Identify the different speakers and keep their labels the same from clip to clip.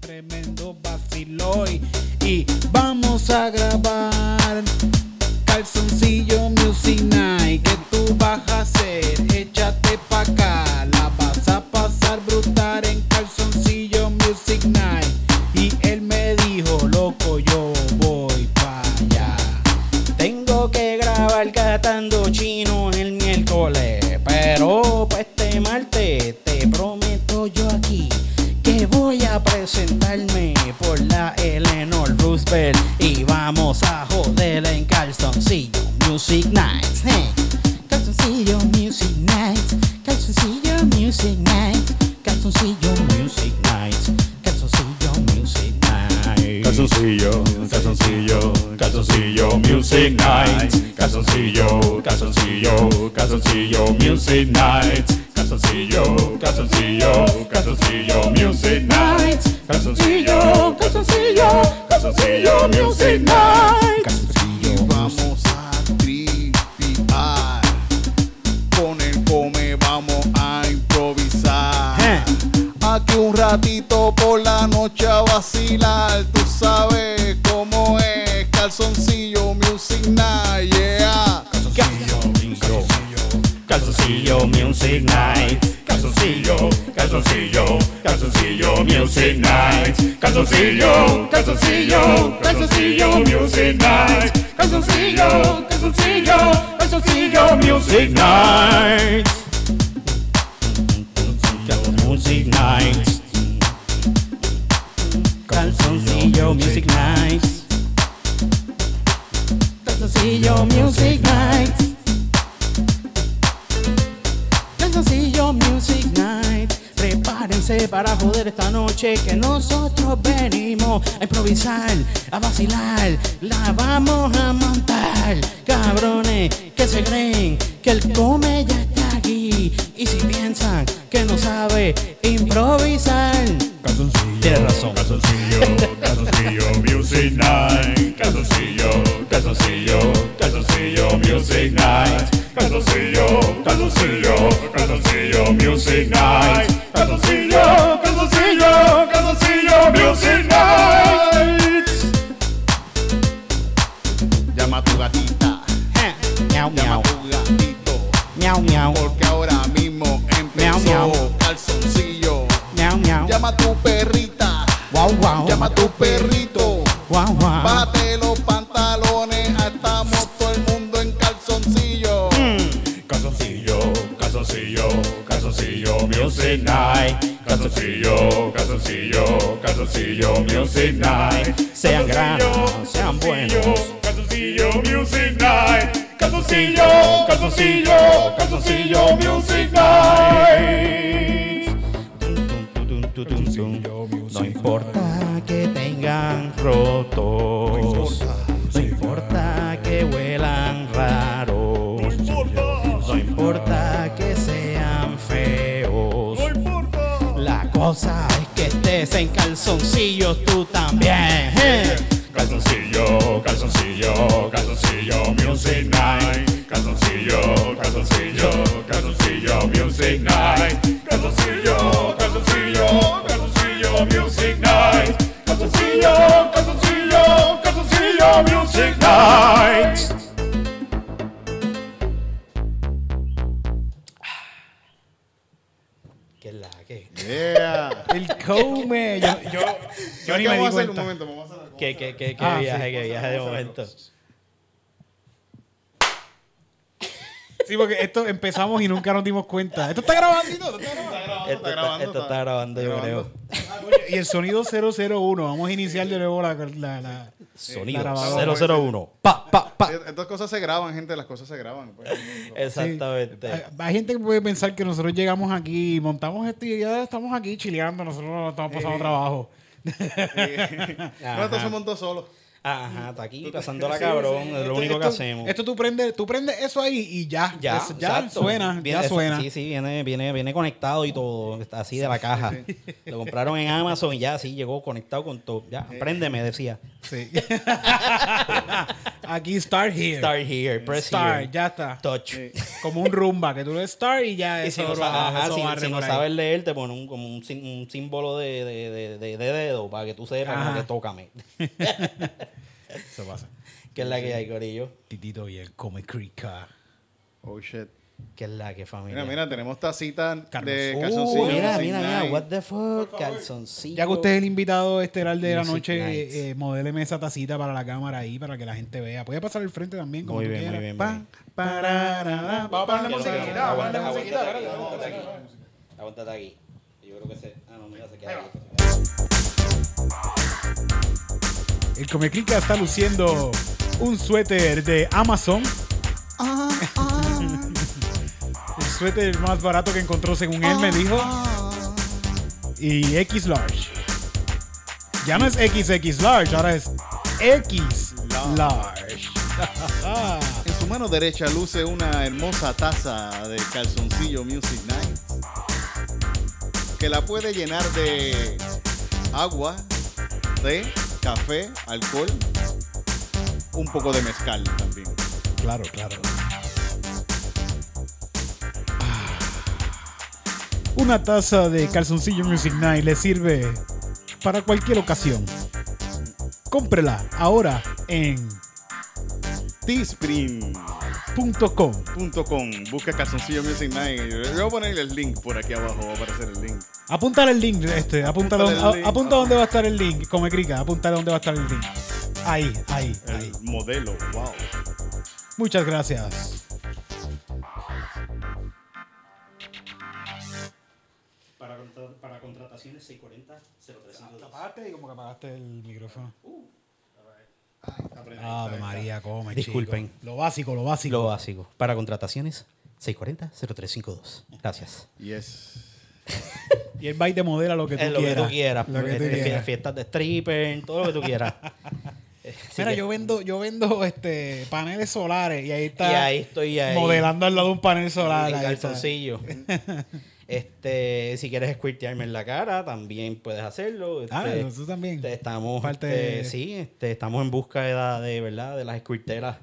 Speaker 1: tremendo vaciloy y vamos a grabar calzoncillo music night que tú vas a hacer échate pa acá la vas a pasar brutal en calzoncillo music night y él me dijo loco yo voy para allá
Speaker 2: Tengo que grabar catando chino el miércoles. Pero para este martes te prometo yo aquí que voy a presentarme por la Eleanor Roosevelt y vamos a joder en Calzoncillo Music Nights. hey. Calzoncillo Music Nights. Calzoncillo Music Nights. Calzoncillo Music Nights. Calzoncillo Music Nights.
Speaker 3: Calzoncillo, calzoncillo, calzoncillo, music night. Calzoncillo, calzoncillo, calzoncillo, music night. Calzoncillo, calzoncillo, calzoncillo, music night. Calzoncillo, calzoncillo, calzoncillo, music night.
Speaker 4: Y vamos a tripear. Con el come vamos a improvisar.
Speaker 2: Eh.
Speaker 4: Aquí un ratito por la noche a vacilar. Tú sabes cómo es. Calzoncillo Music Night. Yeah.
Speaker 3: Calzoncillo, music night. Calzoncillo, calzoncillo, calzoncillo, music night. Calzoncillo, calzoncillo, calzoncillo, music night. Calzoncillo, calzoncillo, calzoncillo, music night. Music night.
Speaker 2: Calzoncillo Music Night. Calzoncillo Music Night. Calzoncillo Music Night. Prepárense para joder esta noche que nosotros venimos a improvisar, a vacilar. La vamos a montar, cabrones que se creen que el come ya está aquí. Y si piensan que no sabe improvisar.
Speaker 3: Tienes razón. Calzoncillo, calzoncillo, music night. Calzoncillo, calzoncillo, calzoncillo, music night. Calzoncillo, calzoncillo, calzoncillo, music night. Calzoncillo, calzoncillo, calzoncillo, music night.
Speaker 4: Llama a tu gatita.
Speaker 2: eh, Miau,
Speaker 4: Llama
Speaker 2: miau,
Speaker 4: a tu gatito.
Speaker 2: miau, miau,
Speaker 4: Porque ahora mismo empezó.
Speaker 2: Miau,
Speaker 4: Calzoncillo.
Speaker 2: miau, miau.
Speaker 4: Llama a tu perrita.
Speaker 2: Wow, wow,
Speaker 4: Llama a tu perrito.
Speaker 2: wow, wow.
Speaker 4: Bájate los pantalones, estamos todo el mundo en calzoncillo.
Speaker 3: Calzoncillo, calzoncillo, calzoncillo, music night. Calzoncillo, calzoncillo, calzoncillo, music night.
Speaker 2: Sean granos, sean buenos.
Speaker 3: Calzoncillo, music night. Calzoncillo, calzoncillo, calzoncillo, music night.
Speaker 2: No importa que tengan rotos, no importa que huelan raros, no importa que sean feos. La cosa es que estés en calzoncillos tú también. ¿eh?
Speaker 3: Calzoncillo, calzoncillo, calzoncillo, music night. Calzoncillo, calzoncillo, calzoncillo, music night. Calzoncillo, calzoncillo, calzoncillo, music night. Calzoncillo, calzoncillo, calzoncillo, music night.
Speaker 2: ¿Qué es la que?
Speaker 4: Yeah.
Speaker 1: el come yo, yo, yo ni me di
Speaker 4: vamos a hacer un
Speaker 1: cuenta
Speaker 4: momento, vamos a hacer algo.
Speaker 2: ¿Qué, qué, qué, qué
Speaker 1: Ah,
Speaker 2: viaje,
Speaker 1: sí,
Speaker 2: qué viaje de momento?
Speaker 1: sí porque esto empezamos y nunca nos dimos cuenta esto está grabando
Speaker 2: Esto está, esto está grabando, yo creo.
Speaker 1: y el sonido 001 vamos a iniciar de nuevo la, la, la-
Speaker 2: Sonido
Speaker 1: grabadora.
Speaker 2: 001. Pa, pa, pa.
Speaker 4: Eh, Estas cosas se graban, gente, las cosas se graban. pues.
Speaker 2: Exactamente.
Speaker 1: Hay- Hay gente que puede pensar que nosotros llegamos aquí, montamos esto y ya estamos aquí chileando, nosotros no estamos pasando trabajo.
Speaker 4: Nosotros somos dos solos.
Speaker 2: Ajá, está aquí pasándola cabrón, es lo único que
Speaker 1: Esto-
Speaker 2: hacemos.
Speaker 1: Esto tú prendes, tú prendes eso ahí y ya.
Speaker 2: ya,
Speaker 1: Es- ya
Speaker 2: exacto.
Speaker 1: suena,
Speaker 2: Viene-
Speaker 1: ya
Speaker 2: eso-
Speaker 1: suena.
Speaker 2: Sí, sí, viene, viene, viene conectado y todo, está así de la caja. Lo compraron en Amazon y ya, sí, llegó conectado con todo. Ya, préndeme, decía.
Speaker 1: Sí. Aquí start here.
Speaker 2: Start here, press
Speaker 1: Start,
Speaker 2: here.
Speaker 1: ya está.
Speaker 2: Touch.
Speaker 1: Sí. Como un rumba, que tú le start y ya
Speaker 2: Y si
Speaker 1: eso
Speaker 2: no,
Speaker 1: va-
Speaker 2: sa- ajá,
Speaker 1: eso
Speaker 2: si-
Speaker 1: barre
Speaker 2: si no
Speaker 1: por ahí.
Speaker 2: sabes leer, te pone un, como un, sin- un símbolo de, de- de- de- de dedo para que tú sepas como
Speaker 1: Ajá.
Speaker 2: que tócame.
Speaker 1: Eso pasa.
Speaker 2: que es la que hay, Corillo.
Speaker 1: Titito y el Come Crica.
Speaker 4: Oh shit.
Speaker 2: Que es la que familia.
Speaker 4: Mira, mira, tenemos tacita de
Speaker 1: Calzoncillo.
Speaker 4: calzoncillo.
Speaker 2: Uh, mira,
Speaker 4: Music
Speaker 2: mira, mira,
Speaker 4: Night.
Speaker 2: what the fuck, calzoncillo.
Speaker 1: Ya que usted es el invitado estelar de la
Speaker 2: Music
Speaker 1: noche,
Speaker 2: Nights.
Speaker 1: eh, eh, modéleme esa tacita para la cámara ahí para que la gente vea. Puede pasar al frente también, como
Speaker 2: Muy
Speaker 1: tú
Speaker 2: bien, muy
Speaker 1: quieras.
Speaker 2: bien, muy
Speaker 1: Pa,
Speaker 2: bien.
Speaker 1: pararara. Vamos a ponerle
Speaker 2: Aguanta,
Speaker 1: musiquita, vamos a ponerle
Speaker 2: aguanta,
Speaker 1: musiquita,
Speaker 2: aguanta,
Speaker 1: espérate, vamos a ponerle musiquita.
Speaker 2: aguanta. Aguántate aquí. Yo creo que se. Ah, no, mira, se queda aquí.
Speaker 1: El Comecrica está luciendo un suéter de Amazon. Ah, El suéter más barato que encontró según él me dijo. Ah. Y X large. Ya no es XX large, ahora es X large.
Speaker 4: En su mano derecha luce una hermosa taza de calzoncillo Music Night que la puede llenar de agua, té, café, alcohol, un poco de mezcal también.
Speaker 1: Claro, claro. Ah. Una taza de calzoncillo Music Night le sirve para cualquier ocasión. Cómprela ahora en
Speaker 4: Teespring.com.
Speaker 1: .com.
Speaker 4: Busca calzoncillo Music Night. Yo voy a poner el link por aquí abajo. Va a aparecer el link.
Speaker 1: Apuntar el link, este, apunta,
Speaker 4: Apúntale
Speaker 1: donde,
Speaker 4: el
Speaker 1: a- apunta
Speaker 4: link.
Speaker 1: dónde va a estar el link, come crica, apunta dónde va a estar el link. Ahí, ahí, ahí.
Speaker 4: El modelo. Wow.
Speaker 1: Muchas gracias.
Speaker 2: Para, para contrataciones 640 0302
Speaker 1: Apagaste y como que apagaste el micrófono. Ave María, come. chico.
Speaker 2: Disculpen.
Speaker 1: Lo básico, lo básico.
Speaker 2: Lo básico. Para contrataciones 640 0352. Gracias.
Speaker 4: Yes.
Speaker 1: Y el baile modela lo que tú
Speaker 2: Es Eh, lo
Speaker 1: quieras.
Speaker 2: que tú quieras.
Speaker 1: Lo que tú
Speaker 2: eh, fie-
Speaker 1: quieras.
Speaker 2: Fiestas de stripper, todo lo que tú quieras. Eh, así
Speaker 1: Mira,
Speaker 2: que-
Speaker 1: yo vendo, yo vendo este paneles solares y ahí está
Speaker 2: Y ahí estoy ahí.
Speaker 1: modelando al lado de un panel solar.
Speaker 2: en
Speaker 1: ahí está.
Speaker 2: calzoncillo. este, si quieres squirtearme en la cara, también puedes hacerlo.
Speaker 1: Ah,
Speaker 2: Este,
Speaker 1: eso también.
Speaker 2: este, estamos,
Speaker 1: Parte
Speaker 2: este,
Speaker 1: de-
Speaker 2: sí, este, estamos en busca de, la- de, verdad de las squirteras.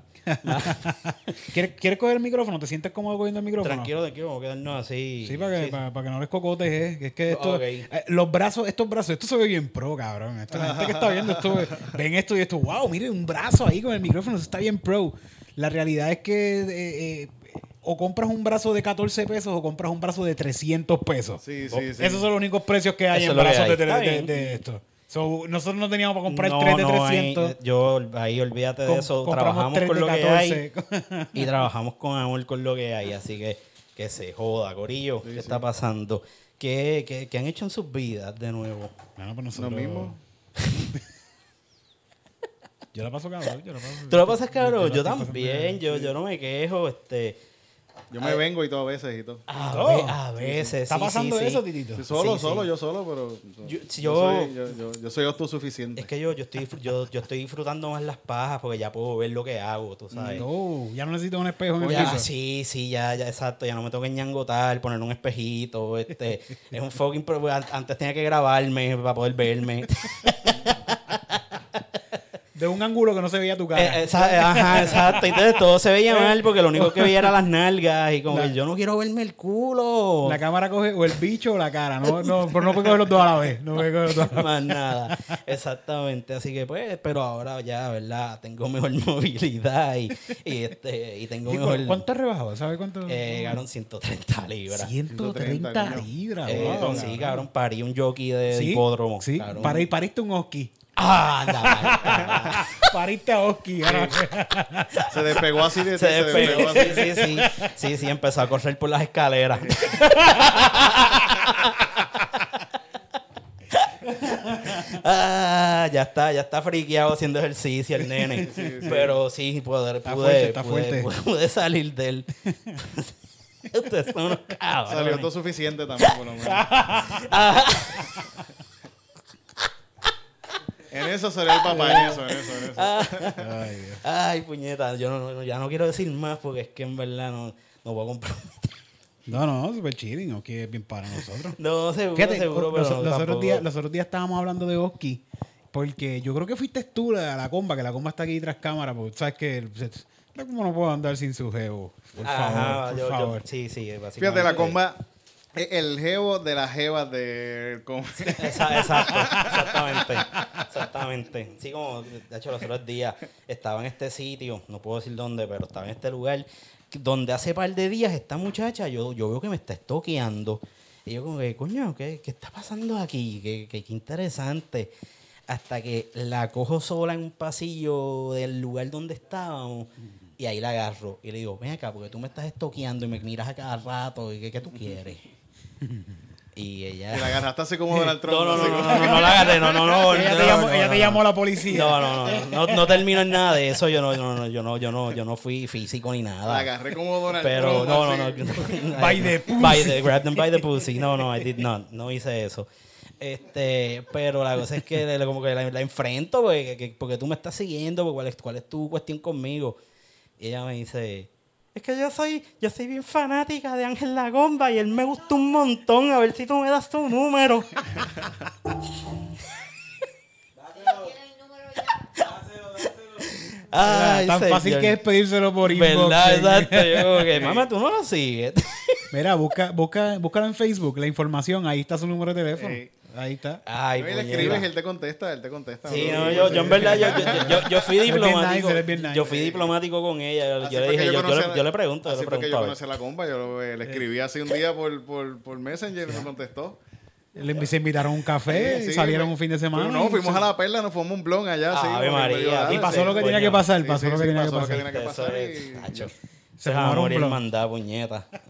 Speaker 1: ¿Quieres, quieres coger el micrófono? ¿Te sientes cómodo cogiendo el micrófono?
Speaker 2: tranquilo, tranquilo, vamos a quedarnos así.
Speaker 1: Sí, para que,
Speaker 2: Sí,
Speaker 1: Para, para que no les cocotes, eh, que es que esto,
Speaker 2: Ok.
Speaker 1: eh, los brazos, estos brazos, esto se ve bien pro, cabrón. Esto, la gente que está viendo esto, ven esto y esto, wow, miren un brazo ahí con el micrófono, eso está bien pro. La realidad es que eh, eh, o compras un brazo de 14 pesos o compras un brazo de 300 pesos.
Speaker 4: Sí, sí, sí.
Speaker 1: Oh, Esos son los únicos precios que hay
Speaker 2: Eso
Speaker 1: en
Speaker 2: es lo que
Speaker 1: brazos
Speaker 2: hay.
Speaker 1: de, de-
Speaker 2: Está
Speaker 1: de-
Speaker 2: bien.
Speaker 1: de esto. So, nosotros no teníamos para comprar
Speaker 2: No, eh,
Speaker 1: el 3 de
Speaker 2: no, ahí-
Speaker 1: 300.
Speaker 2: yo ahí olvídate
Speaker 1: Com-
Speaker 2: de eso.
Speaker 1: compramos
Speaker 2: Trabajamos
Speaker 1: tres
Speaker 2: con
Speaker 1: de
Speaker 2: lo que
Speaker 1: 14.
Speaker 2: hay y trabajamos con amor con lo que hay. Así que que se joda, Corillo. ¿Qué está pasando? ¿Qué, qué, qué han hecho en sus vidas de nuevo?
Speaker 1: No, pues
Speaker 4: Lo
Speaker 1: nosotros-
Speaker 4: mismo.
Speaker 1: Yo la paso cabrón, yo la paso.
Speaker 2: ¿Tú lo pasas,
Speaker 1: la
Speaker 2: cabrón? Yo
Speaker 1: estoy pasando bien.
Speaker 2: también. Yo, yo no me quejo. Este,
Speaker 4: Yo me vengo y todo a veces y todo.
Speaker 2: a,
Speaker 1: Todo.
Speaker 2: ve- a veces.
Speaker 1: ¿Está
Speaker 2: sí, sí,
Speaker 1: pasando
Speaker 2: sí.
Speaker 1: eso, Titito?
Speaker 4: Sí, solo,
Speaker 2: Sí, sí.
Speaker 4: solo, yo solo, pero.
Speaker 2: Yo- si yo-
Speaker 4: soy, yo, yo- yo soy autosuficiente.
Speaker 2: Es que yo, yo, estoy, disfr- yo, yo estoy disfrutando más las pajas porque ya puedo ver lo que hago, tú sabes.
Speaker 1: No, ya no necesito un espejo en el
Speaker 2: Ya,
Speaker 1: piso.
Speaker 2: sí, sí, ya, ya, exacto. Ya no me tengo que ñangotar, poner un espejito. Este, es un fucking. pro- pues, an- Antes tenía que grabarme para poder verme.
Speaker 1: De un ángulo que no se veía tu cara.
Speaker 2: Eh, esa- ajá, exacto. Entonces todo se veía
Speaker 1: Pues,
Speaker 2: mal porque lo único que veía era las nalgas. Y como que yo no quiero verme el culo.
Speaker 1: la cámara coge o el bicho o la cara. No, no, pero no puede coger los dos a la vez. No puede coger los dos a la vez.
Speaker 2: Más nada. Exactamente. Así que pues, pero ahora ya, ¿verdad? Tengo mejor movilidad y, y, este, y tengo
Speaker 1: Sí, ¿cu-
Speaker 2: mejor.
Speaker 1: ¿Cuánto has rebajado? ¿Sabes cuánto?
Speaker 2: Eh, ganaron 130 libras.
Speaker 1: 130
Speaker 4: coño.
Speaker 1: libras.
Speaker 2: Eh,
Speaker 1: wow,
Speaker 2: sí, cabrón, parí un jockey de
Speaker 1: Sí,
Speaker 2: hipódromo.
Speaker 1: Sí,
Speaker 2: cabrón.
Speaker 1: Paré- pariste un Oski.
Speaker 2: Ah, anda, mal, cabrón.
Speaker 1: Pariste a Oski. ahora.
Speaker 4: Se despegó así
Speaker 2: Se
Speaker 4: de se
Speaker 2: despegó.
Speaker 4: despegó así.
Speaker 2: Sí, sí, sí. Sí, sí, empezó a correr por las escaleras. Ah, ya está, ya está friqueado haciendo ejercicio el nene. Pero sí, poder, pude,
Speaker 1: fuerte, está
Speaker 2: pude-
Speaker 1: fuerte.
Speaker 2: pude- pude salir de él. Ustedes son unos cabrones.
Speaker 4: Salió autosuficiente también, por lo menos. en eso salió el papá, en eso, en eso, en
Speaker 2: Ah.
Speaker 4: eso.
Speaker 1: Ay, Dios.
Speaker 2: Ay, puñeta, yo no- no- ya no quiero decir más porque es que en verdad no, no voy a comprar.
Speaker 1: No, no, super chilling. Oski es bien para nosotros.
Speaker 2: No, seguro,
Speaker 1: Fíjate,
Speaker 2: seguro,
Speaker 1: los,
Speaker 2: pero
Speaker 1: los
Speaker 2: no,
Speaker 1: otros
Speaker 2: tampoco.
Speaker 1: días, los otros días estábamos hablando de Oski Porque yo creo que fuiste tú la, la comba, que la comba está aquí tras cámara, porque tú sabes que el- la comba no puedo andar sin su geo. Por favor,
Speaker 2: Ajá,
Speaker 1: por
Speaker 2: yo- yo-
Speaker 1: favor.
Speaker 2: sí, sí, básicamente.
Speaker 4: Fíjate, la comba. eh, El geo de la jeva del com-
Speaker 2: Esa- Exacto, exactamente. Exactamente. Sí, como de hecho los otros días estaba en este sitio, no puedo decir dónde, pero estaba en este lugar donde hace par de días esta muchacha, yo, yo veo que me está estoqueando. Y yo como que, coño, ¿qué, qué está pasando aquí? ¿Qué, qué, qué interesante. Hasta que la cojo sola en un pasillo del lugar donde estábamos. Y ahí la agarro y le digo, ven acá, porque tú me estás estoqueando y me miras a cada rato y qué, qué tú quieres. Y ella...
Speaker 4: Que la agarraste así como Donald Trump.
Speaker 2: No, no, no,
Speaker 4: así
Speaker 2: no,
Speaker 4: como-
Speaker 2: no, no, no la agarré, no, no, no.
Speaker 1: Ella te
Speaker 2: no,
Speaker 1: llamó,
Speaker 2: no,
Speaker 1: ella
Speaker 2: no,
Speaker 1: te
Speaker 2: no.
Speaker 1: llamó a la policía.
Speaker 2: No, no, no, no, no, no termino en nada de eso. Yo no, yo no, no, yo no, yo no, yo no fui físico ni
Speaker 4: La
Speaker 2: nada.
Speaker 4: agarré como Donald
Speaker 2: Pero
Speaker 4: Trump.
Speaker 2: no, no,
Speaker 4: así.
Speaker 2: no.
Speaker 1: By the pussy.
Speaker 2: By the, grab them by the pussy. No, no, I did not. No hice eso. Este, pero la cosa es que le- como que la, la enfrento porque, que- que- porque tú me estás siguiendo, porque cuál es, cuál es tu cuestión conmigo. Y ella me dice, es que yo soy, yo soy bien fanática de Ángel Lagomba y él me gusta un montón. A ver si tú me das tu número. Ay,
Speaker 1: tan fácil
Speaker 2: señor.
Speaker 1: que es pedírselo por inbox.
Speaker 2: ¿Verdad?
Speaker 1: señor.
Speaker 2: Exacto. Yo como que, mamá, tú no lo sigues.
Speaker 1: Mira, busca, busca, búscalo en Facebook, la información, ahí está su número de teléfono.
Speaker 4: Sí.
Speaker 1: Ahí está.
Speaker 2: Ay,
Speaker 4: No, y le
Speaker 2: puñeta.
Speaker 4: escribes y él te contesta, él te contesta.
Speaker 2: Sí,
Speaker 4: bro.
Speaker 2: no, yo, yo en verdad, yo, yo, yo- yo fui
Speaker 1: Eres bien
Speaker 2: diplomático.
Speaker 1: nice, eres bien nice.
Speaker 2: Yo fui diplomático con ella.
Speaker 4: Así
Speaker 2: Yo le
Speaker 4: fue que
Speaker 2: dije, yo, yo
Speaker 4: conocí
Speaker 2: le,
Speaker 4: a-
Speaker 2: yo le pregunto, yo
Speaker 4: así
Speaker 2: le
Speaker 4: fue que
Speaker 2: pregunto.
Speaker 4: yo
Speaker 2: a ver.
Speaker 4: conocí a la comba, yo lo- eh, le escribí hace un día por, por, por Messenger y me contestó.
Speaker 1: Le- se invitaron a un café,
Speaker 4: Sí, sí,
Speaker 1: salieron
Speaker 4: me-
Speaker 1: un fin de semana.
Speaker 4: No, fuimos a la perla, nos fuimos un blon allá. sí,
Speaker 2: Ave
Speaker 4: porque
Speaker 2: María,
Speaker 4: me dio
Speaker 2: y
Speaker 4: dale,
Speaker 1: Y pasó
Speaker 2: sí,
Speaker 1: lo que tenía
Speaker 2: coño.
Speaker 1: que pasar,
Speaker 4: Sí,
Speaker 1: pasó
Speaker 4: sí,
Speaker 1: lo que
Speaker 4: sí,
Speaker 1: tenía que
Speaker 4: pasó lo que tenía
Speaker 1: pasar.
Speaker 4: que
Speaker 2: Eso
Speaker 4: pasar.
Speaker 2: es,
Speaker 4: y-
Speaker 2: tacho. Eso
Speaker 1: Se
Speaker 2: es amor
Speaker 1: fumaron
Speaker 2: y
Speaker 1: un blon.
Speaker 2: hermandad, puñeta.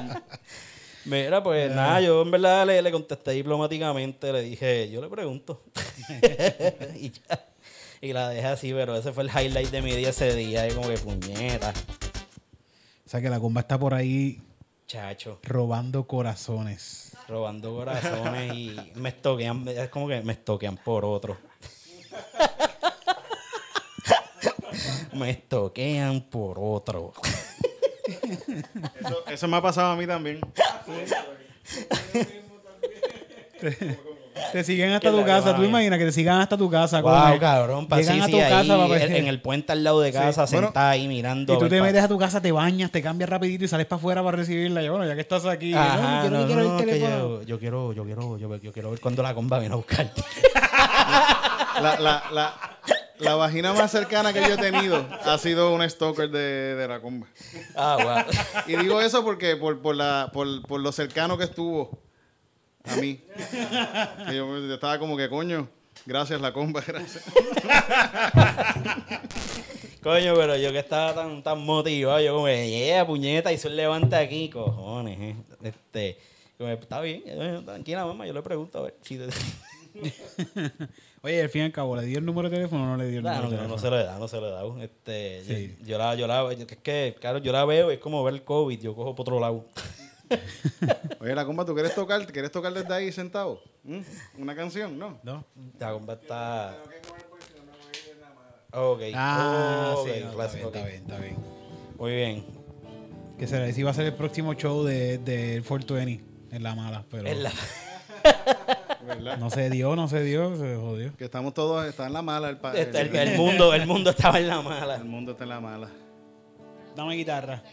Speaker 2: Mira,
Speaker 1: Ah.
Speaker 2: pues nada, yo en verdad le, le contesté diplomáticamente, le dije, yo le pregunto. y ya. Y la dejé así, pero ese fue el highlight de mi día ese día. Y como que puñeta,
Speaker 1: O sea que la comba está por ahí
Speaker 2: chacho,
Speaker 1: robando corazones.
Speaker 2: robando corazones y me estoquean, es como que me estoquean por otro. me estoquean por otro.
Speaker 1: Ah,
Speaker 4: Eso, eso me ha pasado a mí también.
Speaker 1: Te siguen hasta
Speaker 2: Que la
Speaker 1: tu casa.
Speaker 2: llevan
Speaker 1: ¿Tú
Speaker 2: bien.
Speaker 1: imaginas que te sigan hasta tu casa?
Speaker 2: Wow,
Speaker 1: coño?
Speaker 2: cabrón, pa-
Speaker 1: Llegan
Speaker 2: sí,
Speaker 1: a
Speaker 2: sí,
Speaker 1: tu
Speaker 2: ahí,
Speaker 1: casa, papá.
Speaker 2: en, en el puente al lado de casa,
Speaker 4: Sí, bueno,
Speaker 2: sentada ahí mirando.
Speaker 1: Y
Speaker 2: a
Speaker 1: tú
Speaker 2: ver
Speaker 1: te
Speaker 2: pa-
Speaker 1: metes a tu casa, te bañas, te cambias rapidito y sales para afuera para recibirla. Yo, bueno, ya que estás aquí,
Speaker 2: Ajá,
Speaker 1: yo no, yo no
Speaker 2: no,
Speaker 1: quiero
Speaker 2: no,
Speaker 1: el
Speaker 2: que
Speaker 1: teléfono.
Speaker 2: yo, yo quiero, yo quiero, yo, yo quiero ver cuando la comba viene a buscarte.
Speaker 4: La, la, la, la vagina más cercana que yo he tenido ha sido un stalker de, de la comba.
Speaker 2: Ah, guau.
Speaker 4: Y digo eso porque por, por, la, por, por lo cercano que estuvo a mí. Que yo, yo estaba como que, coño, gracias la comba, gracias.
Speaker 2: Coño, pero yo que estaba tan, tan motivado, yo como, yeah, puñeta, y un levante aquí, cojones, eh. Este, como, está bien, eh, tranquila, mamá, yo le pregunto a ver si te-
Speaker 1: Oye, al fin y al cabo, ¿le dio el número de teléfono o no le dio el
Speaker 2: Nah,
Speaker 1: número
Speaker 2: Ah, no, no,
Speaker 1: de teléfono?
Speaker 2: no se lo he dado, no se lo he dado. Este,
Speaker 1: Sí.
Speaker 2: yo, yo la, yo la, yo- es que, claro, yo la veo, y es como ver el COVID, yo cojo por otro lado.
Speaker 4: Oye, la comba, ¿tú quieres tocar? ¿Te quieres tocar desde ahí sentado? ¿Mm? ¿Una canción? No.
Speaker 1: No.
Speaker 2: La comba está. Ok.
Speaker 1: Ah,
Speaker 2: ok,
Speaker 1: sí, no, está,
Speaker 2: clase,
Speaker 1: bien, está
Speaker 2: ok.
Speaker 1: bien, está bien.
Speaker 2: Muy bien.
Speaker 1: Que será, ese iba a ser el próximo show de, de 420 en La Mala, pero
Speaker 2: Es la-
Speaker 4: ¿Verdad?
Speaker 1: no se dio, no se dio, se jodió.
Speaker 4: Que estamos todos, está en la mala el, pa-
Speaker 2: está este, el, el mundo, el mundo estaba en la mala.
Speaker 4: el mundo está en la mala.
Speaker 1: Dame guitarra.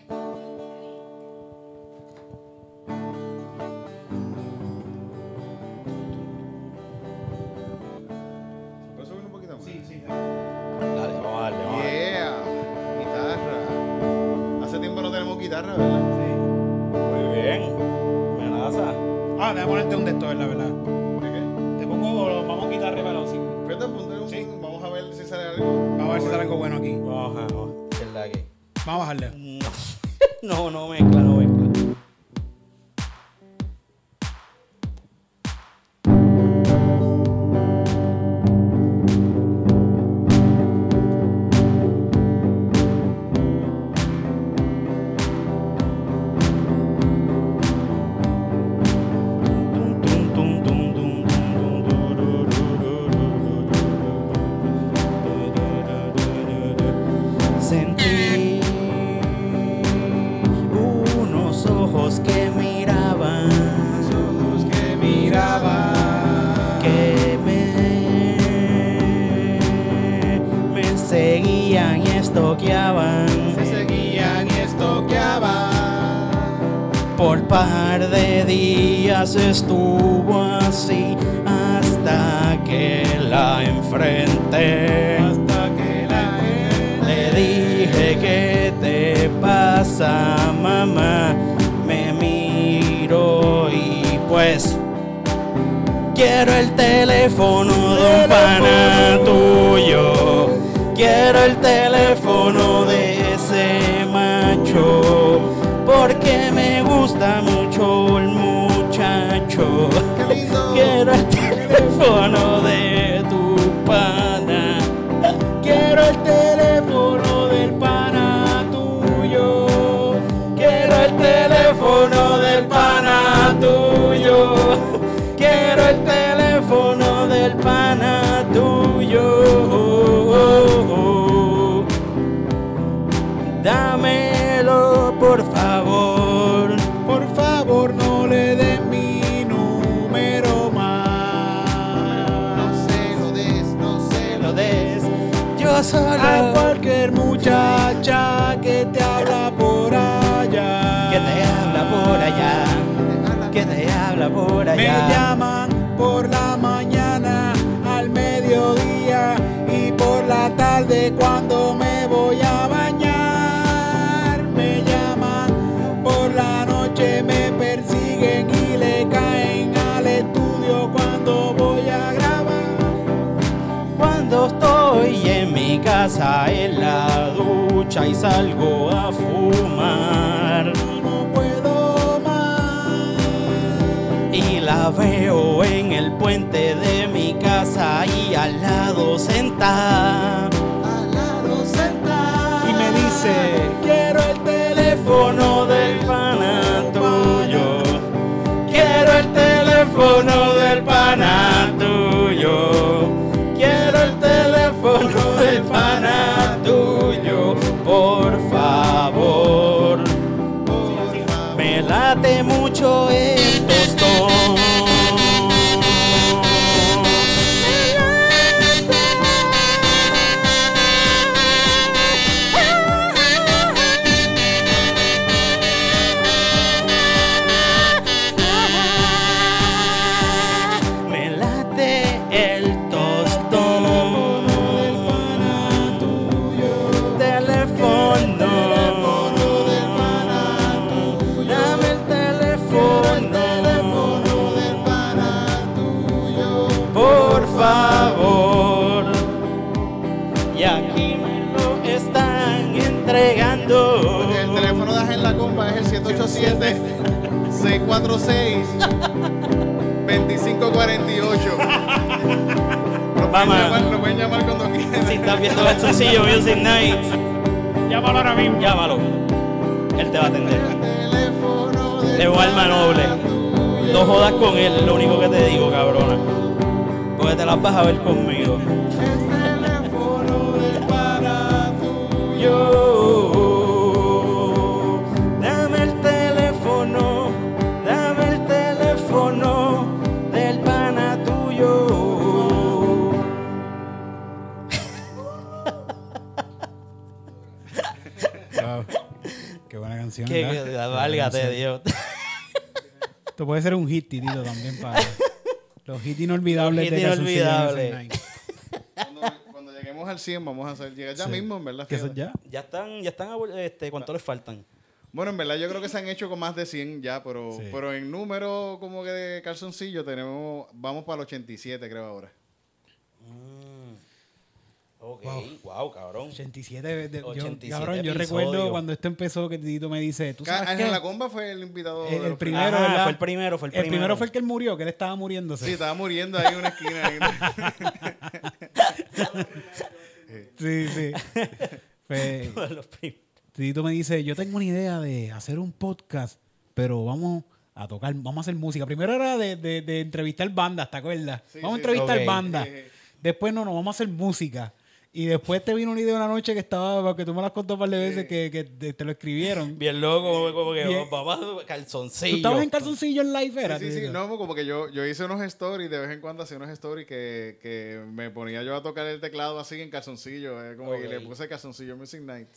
Speaker 4: ¿Puedes subir un poquito más? Sí, sí.
Speaker 2: Dale, vamos a darle, vamos a darle.
Speaker 4: Yeah, guitarra. Hace tiempo no tenemos guitarra, ¿verdad?
Speaker 2: Muy bien. Menaza.
Speaker 1: Ah, déjame ponerte un de estos, la verdad.
Speaker 4: ¿De qué?
Speaker 1: Te pongo, vamos guitarra para los
Speaker 4: Fíjate, ponte un- Vamos a ver si sale algo.
Speaker 1: Vamos a ver si sale algo bueno aquí.
Speaker 2: Vamos a no. Es la que.
Speaker 1: Vamos a bajarle.
Speaker 2: No. No, no mezcla, no mezcla. Sentí un estoqueaban
Speaker 1: se seguían y estoqueaban.
Speaker 2: Por par de días estuvo así hasta que la enfrenté.
Speaker 1: Hasta que la
Speaker 2: Le dije que te pasa, mamá. Me miro y pues quiero el teléfono de un pana tuyo. Quiero el teléfono de ese macho porque me gusta mucho el muchacho.
Speaker 4: ¡Qué lindo!
Speaker 2: Quiero el teléfono de tu pana. Quiero el teléfono del pana tuyo. Quiero el teléfono del pana tuyo. Quiero el teléfono del pana tuyo. Dámelo, por favor.
Speaker 1: Por favor, no le den mi número más.
Speaker 4: No se lo des, no se
Speaker 2: Me
Speaker 4: lo
Speaker 2: lo des. Yo solo.
Speaker 1: A cualquier muchacha que te habla por allá.
Speaker 2: que te habla por allá, que te habla por
Speaker 1: Me
Speaker 2: allá.
Speaker 1: llaman por la mañana, al mediodía y por la tarde cuando me voy a bañar. Me llaman por la noche, me persiguen y le caen al estudio cuando voy a grabar.
Speaker 2: Cuando estoy en mi casa, en la ducha y salgo a fumar.
Speaker 1: Y no puedo más.
Speaker 2: Y la veo en el puente de mi casa y al lado sentada.
Speaker 4: Al lado sentada.
Speaker 1: Y me dice, quiero el
Speaker 2: teléfono del pana tuyo. Quiero el teléfono del pana tuyo. Quiero el teléfono del pana tuyo. Por favor. Me late mucho el tostón. Me late el tostón. Teléfono. Dame el teléfono. Por favor. Y aquí me lo están entregando.
Speaker 4: El teléfono de en la compa es el 787 646 2548. Lo pueden,
Speaker 2: Mamá.
Speaker 4: llamar, lo pueden llamar cuando quieran.
Speaker 2: Si estás viendo el sencillo Music Night,
Speaker 3: Llámalo ahora mismo.
Speaker 2: llámalo. Él te va a atender.
Speaker 4: El teléfono del
Speaker 2: Leo Alma Noble. No jodas con él, es lo único que te digo, cabrona. Porque te las vas a ver conmigo.
Speaker 4: teléfono del para tuyo.
Speaker 2: Yo, dame el teléfono, dame el teléfono del pana tuyo.
Speaker 1: Qué buena canción.
Speaker 2: Que,
Speaker 1: ¿verdad?
Speaker 2: que- válgate Dios.
Speaker 1: Esto puede ser un hit, Titito, también para los hits
Speaker 2: Los
Speaker 1: inolvidables
Speaker 2: hits
Speaker 1: de Calzoncillo
Speaker 2: inolvidables.
Speaker 1: Music Night.
Speaker 4: Cuando, cuando lleguemos al 100 vamos a hacer llegar ya
Speaker 1: Sí.
Speaker 4: mismo, en verdad.
Speaker 1: Que eso ya.
Speaker 2: Ya están, ya están, abol- este, ¿cuánto les faltan?
Speaker 4: Bueno, en verdad yo creo que se han hecho con más de 100 ya, pero,
Speaker 1: Sí.
Speaker 4: pero en número como que de calzoncillo tenemos, vamos para el 87 creo ahora.
Speaker 2: Mm. Ok,
Speaker 1: Wow.
Speaker 2: wow cabrón.
Speaker 1: 87, de- de- yo-
Speaker 2: 87
Speaker 1: cabrón, yo
Speaker 2: episodios.
Speaker 1: recuerdo cuando esto empezó que Titito me dice, ¿tú sabes
Speaker 4: Ángel
Speaker 1: qué?
Speaker 4: La Comba fue el invitado
Speaker 1: El,
Speaker 4: de
Speaker 1: el
Speaker 4: los
Speaker 1: primero,
Speaker 2: Ajá,
Speaker 1: ¿verdad?
Speaker 2: fue el primero, fue el primero.
Speaker 1: fue el que él murió, que él estaba muriéndose.
Speaker 4: Sí, estaba muriendo ahí en una esquina.
Speaker 1: sí. sí. Fue-
Speaker 2: Los prim-
Speaker 1: Titito me dice, yo tengo una idea de hacer un podcast, pero vamos a tocar, vamos a hacer música. Primero era de, de- de entrevistar bandas, ¿te acuerdas?
Speaker 4: Sí,
Speaker 1: vamos
Speaker 4: sí,
Speaker 1: a entrevistar
Speaker 2: ok.
Speaker 1: bandas.
Speaker 4: Sí, sí.
Speaker 1: Después no, no, vamos a hacer música. Y después te vino una idea una noche que estaba, porque tú me las contó un par de veces que, que te, te lo escribieron.
Speaker 2: Bien loco, como que
Speaker 1: Bien.
Speaker 2: papá,
Speaker 1: Tú
Speaker 2: calzoncillo.
Speaker 1: estabas en calzoncillo en live, era.
Speaker 4: Sí, sí, sí,
Speaker 1: Tito?
Speaker 4: no, pues, como que yo, yo hice unos stories, de vez en cuando hacía unos stories que, que me ponía yo a tocar el teclado así en calzoncillo, eh, como que
Speaker 2: Ok.
Speaker 4: le puse calzoncillo Music Night.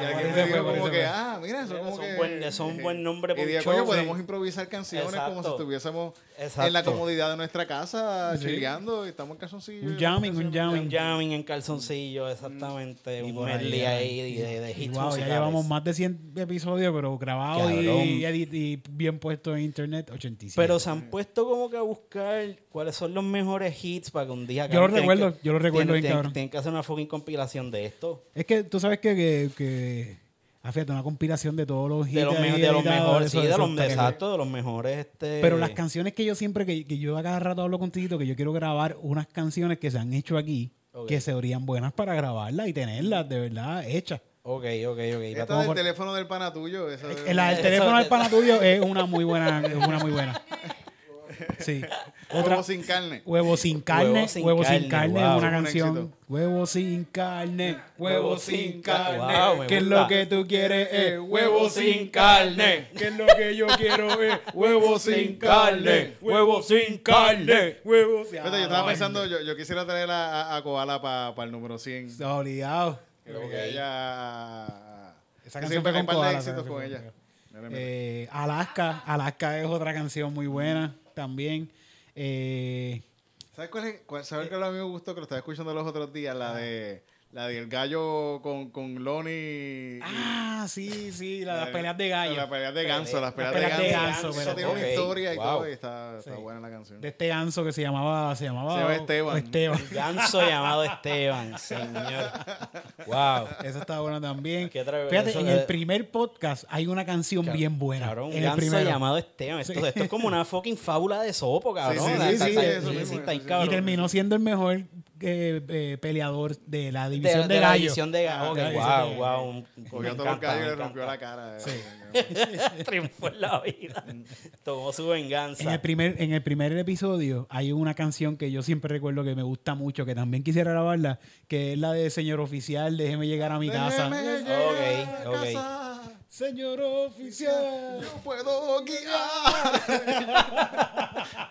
Speaker 4: y
Speaker 1: por
Speaker 4: alguien
Speaker 1: eso
Speaker 4: me
Speaker 1: fue,
Speaker 4: dijo
Speaker 1: por
Speaker 4: como
Speaker 1: eso
Speaker 4: que,
Speaker 1: fue.
Speaker 4: ah, mira, son
Speaker 2: Mira,
Speaker 4: como
Speaker 2: son
Speaker 4: que...
Speaker 2: buen- son buen nombre
Speaker 4: Y
Speaker 2: para un
Speaker 4: dije,
Speaker 2: show,
Speaker 4: coño,
Speaker 2: sí.
Speaker 4: podemos improvisar canciones como si
Speaker 2: Exacto.
Speaker 4: estuviésemos en la
Speaker 2: Exacto.
Speaker 4: comodidad de nuestra casa,
Speaker 1: Sí.
Speaker 4: chileando, y estamos en calzoncillo.
Speaker 1: Un jamming, un
Speaker 2: Un
Speaker 1: jamming.
Speaker 2: jamming en calzoncillo, exactamente.
Speaker 1: Mm. Y
Speaker 2: un
Speaker 1: por ahí,
Speaker 2: medley
Speaker 1: ajá.
Speaker 2: ahí, de, de- de hits
Speaker 1: Wow, ya
Speaker 2: musicales.
Speaker 1: llevamos más de 100 episodios, pero grabados y,
Speaker 2: Cabrón.
Speaker 1: y edit- y bien puesto en internet, 87.
Speaker 2: Pero se han puesto como que a buscar cuáles son los mejores hits para que un día...
Speaker 1: Yo lo
Speaker 2: canten,
Speaker 1: recuerdo,
Speaker 2: que-
Speaker 1: yo lo recuerdo
Speaker 2: tienen-
Speaker 1: bien,
Speaker 2: tienen-
Speaker 1: cabrón.
Speaker 2: Tienen que hacer una fucking compilación de esto.
Speaker 1: Es que tú sabes que, que, que ah, fíjate, una compilación de todos los hits.
Speaker 2: De los, me-
Speaker 1: ahí
Speaker 2: de los
Speaker 1: editados,
Speaker 2: mejores,
Speaker 1: eso-
Speaker 2: sí, de
Speaker 1: eso
Speaker 2: los,
Speaker 1: está cabrón.
Speaker 2: exacto, de los mejores, este...
Speaker 1: Pero las canciones que yo siempre, que, que yo a cada rato hablo contigo, que yo quiero grabar unas canciones que se han hecho aquí,
Speaker 2: Ok.
Speaker 1: que serían buenas para grabarlas y tenerlas de verdad hechas.
Speaker 2: Ok, ok, ok.
Speaker 4: Esta
Speaker 2: Vamos
Speaker 4: del
Speaker 2: por-
Speaker 4: teléfono del pana tuyo. esa-
Speaker 1: La del
Speaker 2: Eh, Eso-
Speaker 1: teléfono del pana tuyo es una muy buena, es una muy buena. Sí. Otra,
Speaker 4: Huevo sin carne.
Speaker 1: huevo sin carne,
Speaker 2: Huevo sin
Speaker 1: huevo sin
Speaker 2: carne,
Speaker 1: carne
Speaker 2: wow.
Speaker 1: es una
Speaker 4: Un
Speaker 1: canción.
Speaker 4: éxito.
Speaker 1: Huevo sin carne, huevo sin
Speaker 2: Wow,
Speaker 1: carne.
Speaker 2: me
Speaker 1: Que lo
Speaker 2: gusta.
Speaker 1: que tú quieres es Eh, huevo
Speaker 2: Huevo
Speaker 1: sin
Speaker 2: sin
Speaker 1: carne.
Speaker 2: carne.
Speaker 1: Que lo que yo quiero es huevo sin carne.
Speaker 2: huevo sin carne.
Speaker 1: Huevo sin
Speaker 4: Espérate, yo estaba pensando, yo, yo quisiera traer a, a, a Koala para el número 100.
Speaker 1: Obligado.
Speaker 4: Creo
Speaker 2: Ok.
Speaker 4: que ella.
Speaker 1: Esa
Speaker 4: que
Speaker 1: canción
Speaker 4: siempre
Speaker 1: fue
Speaker 4: hay un
Speaker 1: con
Speaker 4: par de
Speaker 1: Koala,
Speaker 4: éxitos
Speaker 1: ¿sabes?
Speaker 4: con
Speaker 1: Sí,
Speaker 4: ella.
Speaker 1: fue
Speaker 4: Mira, mira.
Speaker 1: Eh, Alaska, Alaska es otra canción muy buena también. Eh,
Speaker 4: ¿Sabes cuál es? cuál- ¿Sabes cuál a mí me gustó? Que lo estaba escuchando los otros días, la de. La del gallo con, con Lonnie. y-
Speaker 1: ah, sí, sí, la de las
Speaker 4: Eh,
Speaker 1: peleas de gallo.
Speaker 4: Las peleas de ganso, las peleas,
Speaker 1: peleas
Speaker 4: de
Speaker 1: de
Speaker 4: ganso.
Speaker 1: ganso,
Speaker 4: Eso tiene
Speaker 2: pero-
Speaker 4: una
Speaker 2: ok,
Speaker 4: historia y
Speaker 2: wow.
Speaker 4: todo, y está, está
Speaker 1: Sí.
Speaker 4: buena la canción.
Speaker 1: De este ganso que se llamaba. Se llamaba,
Speaker 4: Se llama Esteban.
Speaker 1: Esteban.
Speaker 2: Ganso llamado Esteban, señor. Wow.
Speaker 1: Esa está buena también.
Speaker 2: Qué atrevido,
Speaker 1: Fíjate,
Speaker 2: eso
Speaker 1: en
Speaker 2: que-
Speaker 1: el primer podcast hay una canción
Speaker 2: Ca-
Speaker 1: bien buena.
Speaker 2: Cabrón, un
Speaker 1: en el
Speaker 2: ganso
Speaker 1: primero.
Speaker 2: llamado Esteban. Esto,
Speaker 1: Sí.
Speaker 2: esto es como una fucking fábula de sopo, cabrón.
Speaker 4: Sí, sí,
Speaker 2: La-
Speaker 4: sí,
Speaker 2: está-
Speaker 4: sí,
Speaker 2: está-
Speaker 4: eso
Speaker 2: sí,
Speaker 4: mismo,
Speaker 2: está ahí,
Speaker 4: eso sí.
Speaker 1: Y
Speaker 2: cabrón.
Speaker 1: terminó siendo el mejor eh, eh, peleador de la
Speaker 2: De-
Speaker 1: división
Speaker 2: de
Speaker 1: de,
Speaker 2: la
Speaker 1: gallo. Ah,
Speaker 2: división de gallo.
Speaker 1: de la
Speaker 2: Ok,
Speaker 1: división
Speaker 2: wow,
Speaker 1: de gallo.
Speaker 2: wow.
Speaker 4: Cogió a todos los gallos y le rompió la cara. eh.
Speaker 2: Triunfó en la vida. Tomó su
Speaker 1: En el,
Speaker 2: venganza.
Speaker 1: primer, en el primer episodio hay una canción que yo siempre recuerdo que me gusta mucho, que también quisiera grabarla, que es la de Señor Oficial, déjeme llegar a mi casa. Oh,
Speaker 4: Déjeme llegar a
Speaker 2: Ok, ok.
Speaker 4: casa,
Speaker 1: Señor Oficial.
Speaker 4: Yo puedo guiar.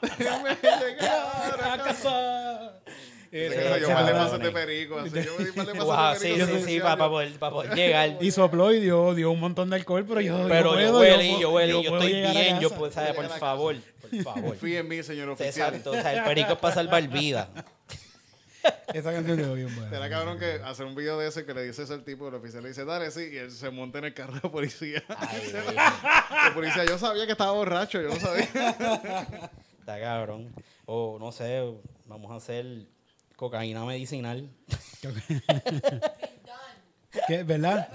Speaker 4: Déjeme llegar a
Speaker 1: a
Speaker 4: casa.
Speaker 1: casa. Eh,
Speaker 4: Sí,
Speaker 1: Ese-
Speaker 2: Ese
Speaker 4: eso,
Speaker 1: ese
Speaker 4: Yo
Speaker 2: se
Speaker 4: vale
Speaker 1: era-
Speaker 2: va a
Speaker 4: pasos de
Speaker 2: poner.
Speaker 4: perico. así, Yo vale pasos de perico.
Speaker 2: Wow, sí, sí,
Speaker 4: social,
Speaker 2: sí,
Speaker 4: yo-
Speaker 2: para, para poder, para poder llegar.
Speaker 1: y sopló y dio, dio un montón de alcohol, pero yo
Speaker 2: Pero
Speaker 1: yo,
Speaker 2: yo,
Speaker 1: puedo,
Speaker 2: huele,
Speaker 1: puedo-
Speaker 2: yo huele, yo,
Speaker 1: puedo
Speaker 2: estoy
Speaker 1: llegar a
Speaker 2: bien, yo
Speaker 1: casa.
Speaker 2: puedo, ¿sabes?
Speaker 4: Llegar
Speaker 2: Por
Speaker 4: a casa.
Speaker 2: favor, por favor.
Speaker 4: Confíe en mí, señor oficial.
Speaker 2: pues. Exacto, o sea, el perico es para salvar vidas.
Speaker 1: Esa canción quedó bien buena.
Speaker 4: Será cabrón que hacer un video de ese que le dice eso al tipo, el oficial le dice, dale, sí, y él se monta en el carro de policía. el policía, yo sabía que estaba borracho, yo no sabía.
Speaker 2: Está cabrón. O no sé, vamos a hacer cocaína medicinal.
Speaker 1: ¿Qué, ¿Verdad?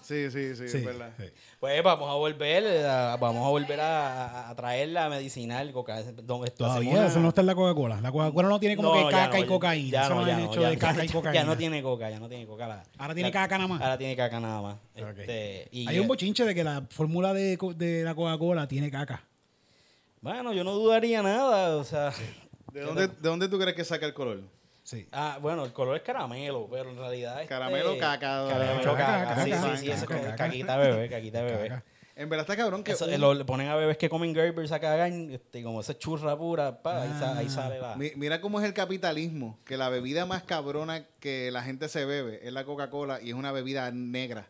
Speaker 4: Sí, sí, sí, es verdad.
Speaker 1: sí.
Speaker 2: Pues vamos a volver, a- vamos a volver a, a- a traer la medicinal, cocaína. Don- esto
Speaker 1: Todavía
Speaker 2: hacemos una-
Speaker 1: eso no está en la Coca-Cola. La Coca-Cola no tiene como
Speaker 2: No,
Speaker 1: que
Speaker 2: ya
Speaker 1: caca
Speaker 2: no,
Speaker 1: y cocaína.
Speaker 2: Ya
Speaker 1: eso
Speaker 2: no,
Speaker 1: no,
Speaker 2: ya
Speaker 1: han
Speaker 2: no,
Speaker 1: hecho
Speaker 2: ya
Speaker 1: de
Speaker 2: no,
Speaker 1: caca y
Speaker 2: ya-
Speaker 1: cocaína.
Speaker 2: Ya no tiene coca, ya no tiene coca. la-
Speaker 1: Ahora tiene
Speaker 2: la-
Speaker 1: caca nada más.
Speaker 2: Ahora tiene caca nada más.
Speaker 1: Ok.
Speaker 2: Este, y
Speaker 1: Hay un bochinche de que la fórmula de, co- de la Coca-Cola tiene caca.
Speaker 2: Bueno, yo no dudaría nada, o sea...
Speaker 4: ¿De dónde, ¿De dónde tú crees que saca el color?
Speaker 1: Sí.
Speaker 2: Ah, bueno, el color es caramelo, pero en realidad es.
Speaker 4: Caramelo, caca,
Speaker 2: Caramelo
Speaker 1: caca,
Speaker 2: caca.
Speaker 1: caca,
Speaker 2: sí,
Speaker 1: caca,
Speaker 2: sí, sí, eso es
Speaker 1: caca,
Speaker 2: como
Speaker 1: caca.
Speaker 2: caquita de bebé, caquita de bebé.
Speaker 4: En verdad está cabrón que...
Speaker 2: Eso,
Speaker 4: un-
Speaker 2: eh, lo- le ponen a bebés que comen Gerbers a cagar, este, como esa churra pura, pa, ahí, sa-
Speaker 1: Ah.
Speaker 2: ahí sale la.
Speaker 4: mi- mira cómo es el capitalismo, que la bebida más cabrona que la gente se bebe es la Coca-Cola y es una bebida negra.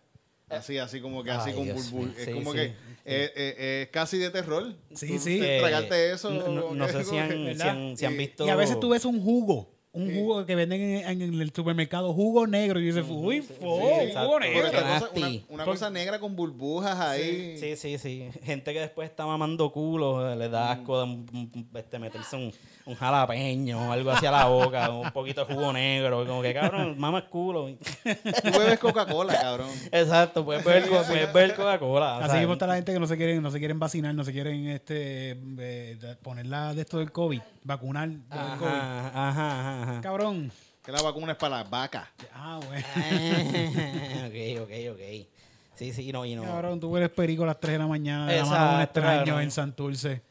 Speaker 4: Así, así como que así
Speaker 2: Ay,
Speaker 4: con
Speaker 2: Dios
Speaker 4: bulbul.
Speaker 2: mío.
Speaker 4: Es
Speaker 2: Sí,
Speaker 4: como
Speaker 2: sí.
Speaker 4: que eh, eh, eh, es casi de terror.
Speaker 1: Sí,
Speaker 4: Tú
Speaker 1: sí.
Speaker 4: te-
Speaker 2: Eh,
Speaker 4: tragarte eso.
Speaker 2: No, no- no sé si han,
Speaker 4: ¿verdad?
Speaker 2: si han- si han
Speaker 4: Y-
Speaker 2: visto.
Speaker 1: Y a veces tú ves un jugo. Un jugo que venden en, en el supermercado, jugo negro. Y dices, uy, fo,
Speaker 2: exacto.
Speaker 1: jugo
Speaker 4: Pero
Speaker 1: negro.
Speaker 4: esta cosa-
Speaker 2: Nasty.
Speaker 4: una, una cosa negra con burbujas ahí.
Speaker 2: Sí, sí, sí. Gente que después está mamando culo, eh, le da asco de un- un- este, meterse un, un jalapeño o algo hacia la boca, un poquito de jugo negro. Como que cabrón, mamas culo.
Speaker 4: Tú bebes Coca-Cola, cabrón.
Speaker 2: Exacto, puedes beber, co- puedes beber Coca-Cola. o
Speaker 1: Así
Speaker 2: sea,
Speaker 1: mismo está la gente que no se quieren, no se quieren vacinar, no se quieren este eh, da- poner la de esto del COVID, vacunar del COVID.
Speaker 2: Ajá, ajá, ajá, ajá.
Speaker 1: Cabrón.
Speaker 4: Que la vacuna es para las vacas.
Speaker 1: Ah, bueno.
Speaker 2: ok, ok, ok. Sí, sí, no, y no.
Speaker 1: Cabrón, tú eres perico a las 3 de la mañana de la mano de un
Speaker 2: Exacto,
Speaker 1: extraño
Speaker 2: cabrón.
Speaker 1: en Santurce.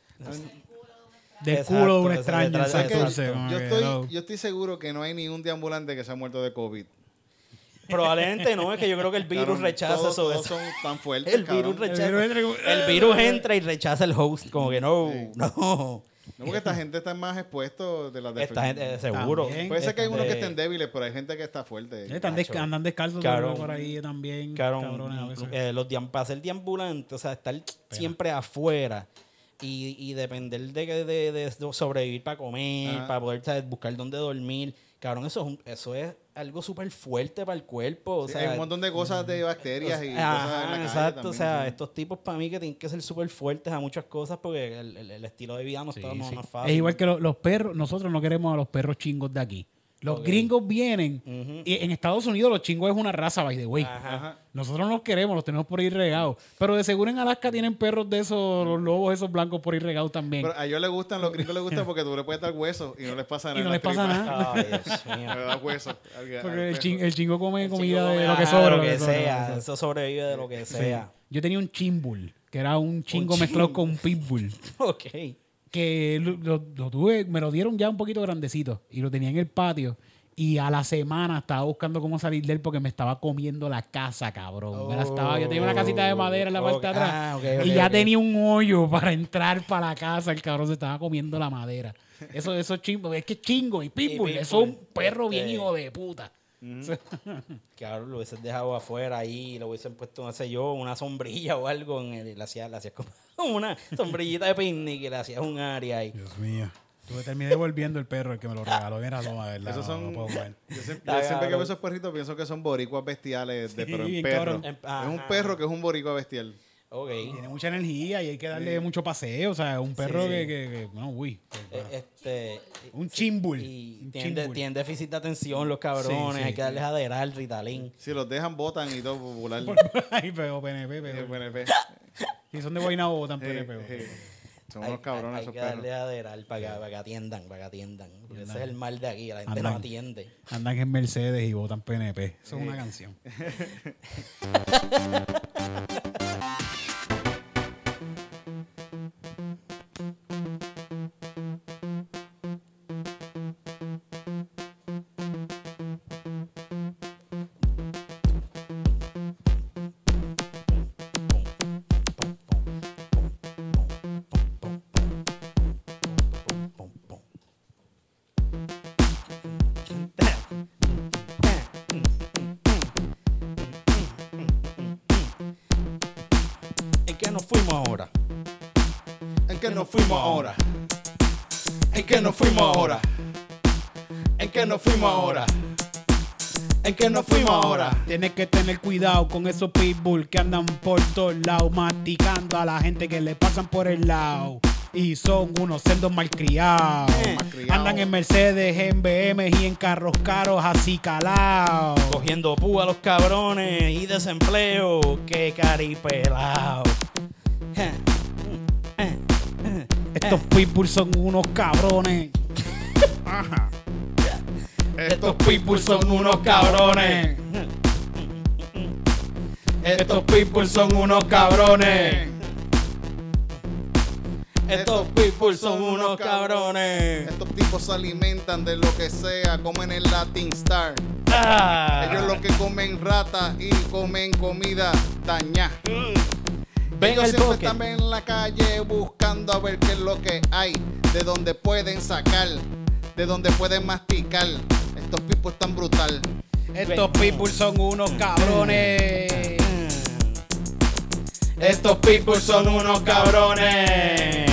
Speaker 1: del
Speaker 2: Exacto,
Speaker 1: culo de un
Speaker 2: ese
Speaker 1: extraño en
Speaker 2: detrás de
Speaker 1: San
Speaker 4: Que
Speaker 2: Exacto.
Speaker 1: José, como
Speaker 4: yo,
Speaker 1: que,
Speaker 4: estoy,
Speaker 1: hello.
Speaker 4: yo estoy seguro que no hay ni un deambulante que se ha muerto de COVID.
Speaker 2: Probablemente no, es que yo creo que el virus
Speaker 4: Cabrón,
Speaker 2: rechaza
Speaker 4: todos,
Speaker 2: eso.
Speaker 4: todos son tan fuertes,
Speaker 2: el
Speaker 4: cabrón.
Speaker 2: virus rechaza.
Speaker 1: El virus entra Eh, como-
Speaker 2: El virus entra y rechaza el host, como que no,
Speaker 4: Sí.
Speaker 2: no.
Speaker 4: No, porque esta gente está más expuesto de las
Speaker 2: Esta gente, eh, seguro.
Speaker 1: También.
Speaker 4: Puede ser que hay unos que
Speaker 2: Este,
Speaker 4: estén débiles, pero hay gente que está
Speaker 1: Sí,
Speaker 4: fuerte.
Speaker 1: están des-
Speaker 2: Cacho.
Speaker 1: andan descalzos
Speaker 2: Cabrón.
Speaker 1: por ahí también.
Speaker 2: cabrón,
Speaker 1: cabrones a veces.
Speaker 2: eh, los diam- para ser deambulante, o sea, estar siempre afuera y, y depender de, que- de, de sobrevivir para comer,
Speaker 4: Ajá.
Speaker 2: para poder ¿sabes? buscar dónde dormir. Cabrón, eso es, un- eso es algo súper fuerte para el cuerpo. O
Speaker 4: Sí,
Speaker 2: sea, mm,
Speaker 4: hay un montón de cosas de bacterias y
Speaker 2: Ajá,
Speaker 4: cosas en la calle
Speaker 2: exacto,
Speaker 4: también,
Speaker 2: o sea, este,
Speaker 4: sí.
Speaker 2: estos tipos para mí que tienen que ser súper fuertes a muchas cosas porque el, el- el estilo de vida no está no-
Speaker 1: Sí, sí.
Speaker 2: no es fácil.
Speaker 1: Es igual que lo- los perros, nosotros no queremos a los perros chingos de aquí. Los
Speaker 2: Ok.
Speaker 1: gringos vienen
Speaker 2: Ujú.
Speaker 1: y en Estados Unidos los chingos es una raza, by the way.
Speaker 2: Ajá.
Speaker 4: Ajá.
Speaker 1: Nosotros no los queremos, los tenemos por ahí regados. Pero de seguro en Alaska tienen perros de esos, los lobos esos blancos por ahí regados también.
Speaker 4: Pero a ellos les gustan, los gringos les gustan porque tú le puedes dar hueso y no les pasa nada.
Speaker 1: y
Speaker 4: en
Speaker 1: no
Speaker 4: la
Speaker 1: les pasa
Speaker 4: tripa.
Speaker 1: nada.
Speaker 2: Ay, Dios mío.
Speaker 4: Le das hueso. al- al
Speaker 1: Porque el,
Speaker 4: perro.
Speaker 1: chin- el chingo come
Speaker 2: eh, El
Speaker 1: comida
Speaker 2: chico
Speaker 1: de
Speaker 2: come-
Speaker 1: lo que
Speaker 2: ah,
Speaker 1: sobra.
Speaker 2: lo
Speaker 1: lo
Speaker 2: que
Speaker 1: sobra, lo que
Speaker 2: sea,
Speaker 1: sobra.
Speaker 2: eso sobrevive de lo que sea.
Speaker 1: Yo tenía un chimbul, que era un chingo
Speaker 2: chin-
Speaker 1: mezclado con un pitbull.
Speaker 2: Ok.
Speaker 1: que lo, lo- lo tuve, me lo dieron ya un poquito grandecito y lo tenía en el patio. Y a la semana estaba buscando cómo salir de él porque me estaba comiendo la casa, cabrón. Me la estaba, yo tenía una casita de madera en la parte de
Speaker 2: Oh, Ok.
Speaker 1: atrás.
Speaker 2: Ah, ok,
Speaker 1: y
Speaker 2: ok,
Speaker 1: ya
Speaker 2: ok.
Speaker 1: tenía un hoyo para entrar para la casa. El cabrón se estaba comiendo la madera. Eso, eso es chingo. Es que es chingo. Y pitbull,
Speaker 2: pitbull.
Speaker 1: eso es un perro bien
Speaker 2: Sí.
Speaker 1: hijo de puta.
Speaker 2: Claro, lo hubiesen dejado afuera ahí, lo hubiesen puesto, no sé yo, una sombrilla o algo en el, le hacías, le hacías como una sombrillita de picnic y le hacías un área ahí.
Speaker 1: Dios mío. Tuve terminé devolviendo el perro, el que me lo regaló. Mira, toma, verdad.
Speaker 4: Esos son. yo siempre, yo
Speaker 2: Está
Speaker 4: siempre que
Speaker 2: cabrón.
Speaker 4: veo esos perritos pienso que son boricuas bestiales, de,
Speaker 1: Sí,
Speaker 4: pero en
Speaker 1: bien
Speaker 4: perro.
Speaker 1: cabrón.
Speaker 2: En-
Speaker 4: Es un
Speaker 2: Em, ajá.
Speaker 4: perro que es un boricua bestial.
Speaker 2: Ok.
Speaker 1: Tiene mucha energía y hay que darle mucho paseo. O sea, un perro que, que, que- No, uy.
Speaker 2: Eh, Este,
Speaker 1: Un chimbul.
Speaker 2: y
Speaker 1: Un
Speaker 2: tienen, de-
Speaker 1: chimbul.
Speaker 2: tienen déficit de atención los cabrones,
Speaker 1: Sí, sí.
Speaker 2: hay que darles aderal, ritalín.
Speaker 4: Si los dejan, botan y todo popular.
Speaker 1: Ay, pegó PNP,
Speaker 4: Eh,
Speaker 1: pegó.
Speaker 4: PNP.
Speaker 1: Si son de Guaynabo, votan
Speaker 4: Eh,
Speaker 1: PNP.
Speaker 4: eh, Son
Speaker 2: Hay-
Speaker 4: unos cabrones
Speaker 2: hay, hay
Speaker 4: esos
Speaker 2: que darle
Speaker 4: perros.
Speaker 2: aderal para que, para que atiendan, para que atiendan. Porque ese es el mal de aquí, la gente
Speaker 1: Andan.
Speaker 2: no atiende.
Speaker 1: Andan en Mercedes y votan PNP. Eso es una canción.
Speaker 2: ¿En qué nos fuimos ahora?
Speaker 4: ¿En qué nos fuimos ahora? ¿En qué nos fuimos ahora? ¿En qué nos fuimos ahora? ¿En qué nos fuimos ahora?
Speaker 1: Tienes que tener cuidado con esos pitbull que andan por todos lados, masticando a la gente que le pasan por el lado. Y son unos sendos malcriados.
Speaker 4: Malcriados.
Speaker 1: Andan en Mercedes, en BM y en carros caros, así calados.
Speaker 2: Cogiendo púa a los cabrones y desempleo, qué caripelao. Ja.
Speaker 1: Estos pitbull son unos cabrones.
Speaker 4: Estos people son unos cabrones. Estos people son unos cabrones.
Speaker 2: Estos people son unos cabrones.
Speaker 4: Estos tipos se alimentan de lo que sea, comen el Latin Star.
Speaker 2: Ah.
Speaker 4: Ellos lo que comen rata y comen comida dañada.
Speaker 2: Ven
Speaker 4: Ellos
Speaker 2: al
Speaker 4: siempre
Speaker 2: bosque.
Speaker 4: están en la calle buscando a ver qué es lo que hay, de donde pueden sacar, de donde pueden masticar. Estos pipos están brutal.
Speaker 1: Estos people son unos cabrones.
Speaker 2: Estos people son unos cabrones.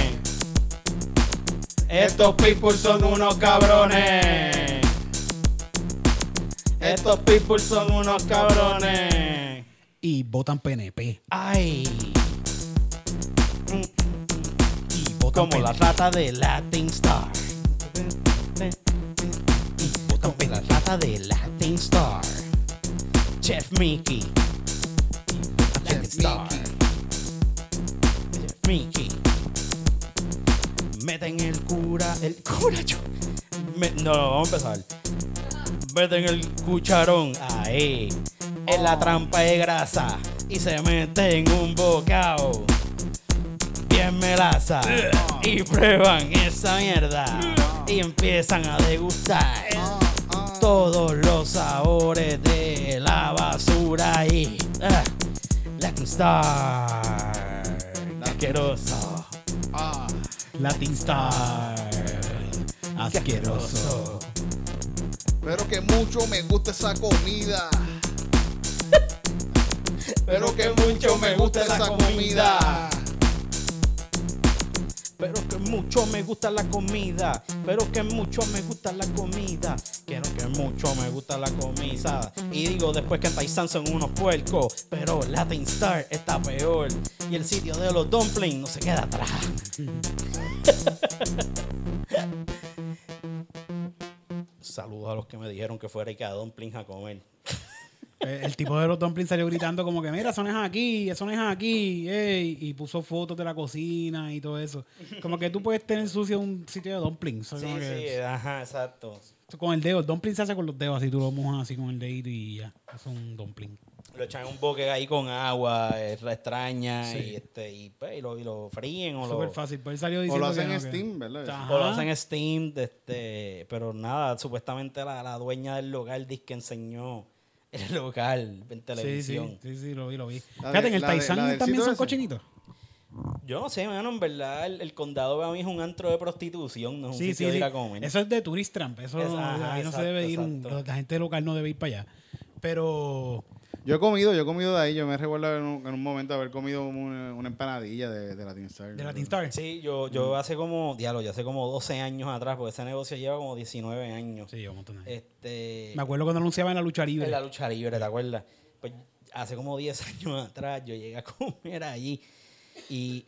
Speaker 2: Estos people son unos cabrones. Estos people son unos cabrones.
Speaker 1: Y votan PNP.
Speaker 2: Ay,
Speaker 1: Y votan
Speaker 2: como la
Speaker 1: PNP.
Speaker 2: rata de Latin Star. Como la rata de Latin Star. Chef Mickey. Latin Star. Chef Mickey. Meten el cura. El cura yo. Me- no, no, vamos a empezar. Meten el cucharón ahí. En la trampa de grasa. Y se meten un bocado. Y bien melaza. Y prueban esa mierda. Y empiezan a degustar
Speaker 4: Ah,
Speaker 2: todos los sabores de la basura y ah, Latin Star. Asqueroso.
Speaker 4: ah.
Speaker 2: Latin Star. Asqueroso.
Speaker 4: Pero que mucho me gusta esa comida. Pero que mucho me gusta esa comida.
Speaker 2: Pero que mucho me gusta la comida. Pero que mucho me gusta la comida. Quiero que mucho me gusta la comida. Y digo después que Taisan son unos puercos. Pero Latin Star está peor. Y el sitio de los dumplings no se queda atrás. Saludos a los que me dijeron que fuera y que a dumplings a comer.
Speaker 1: Eh, El tipo de los dumplings salió gritando como que, mira, eso no es aquí, eso no es aquí, ey", y puso fotos de la cocina y todo eso. Como que tú puedes tener sucio un sitio de dumplings. ¿sabes?
Speaker 2: Sí,
Speaker 1: Como
Speaker 2: sí,
Speaker 1: que-
Speaker 2: ajá, exacto.
Speaker 1: Con el dedo, el dumpling se hace con los dedos, así tú lo mojas así con el dedito y ya, es un dumpling.
Speaker 2: Lo echan en un boque ahí con agua, es la extraña, y, este, y, pues, y lo, y lo fríen o
Speaker 1: Súper
Speaker 2: lo,
Speaker 1: fácil, pues él salió
Speaker 4: O
Speaker 1: diciendo
Speaker 4: lo hacen
Speaker 1: que
Speaker 4: en
Speaker 1: no, que-
Speaker 4: Steam, ¿verdad?
Speaker 1: Ajá.
Speaker 2: o lo hacen steam. de este, pero nada, supuestamente la, la dueña del local dice que enseñó el local en
Speaker 1: Sí,
Speaker 2: televisión.
Speaker 1: sí, sí, sí, lo vi, lo vi.
Speaker 4: La
Speaker 1: Fíjate,
Speaker 4: de-
Speaker 1: en
Speaker 4: la de-
Speaker 1: el
Speaker 4: la
Speaker 1: Taizán
Speaker 4: del
Speaker 1: también
Speaker 4: sitio
Speaker 1: son
Speaker 4: ese.
Speaker 1: cochinitos.
Speaker 2: Yo no sé, mano, en verdad el, el condado para mí es un antro de prostitución, no es un
Speaker 1: Sí, sí,
Speaker 2: sitio de
Speaker 1: sí.
Speaker 2: ir a comer.
Speaker 1: Eso es de tourist tramp, eso
Speaker 2: Es-
Speaker 1: no-
Speaker 2: ajá,
Speaker 1: ahí no se
Speaker 2: exacto,
Speaker 1: debe ir, un-
Speaker 2: exacto.
Speaker 1: la gente local no debe ir para allá. Pero
Speaker 4: Yo he comido, yo he comido de ahí. Yo me recuerdo en un, en un momento haber comido una, una empanadilla de, de Latin Star.
Speaker 1: de Latin Star, sí,
Speaker 2: Sí, yo,
Speaker 1: Mm.
Speaker 2: yo hace como, diablo, yo hace como 12 años atrás, porque ese negocio lleva como 19 años.
Speaker 1: un montón de-
Speaker 2: Este,
Speaker 1: Me acuerdo cuando anunciaban la lucha libre.
Speaker 2: En la lucha libre, ¿te acuerdas? Pues hace como 10 años atrás yo llegué a comer allí y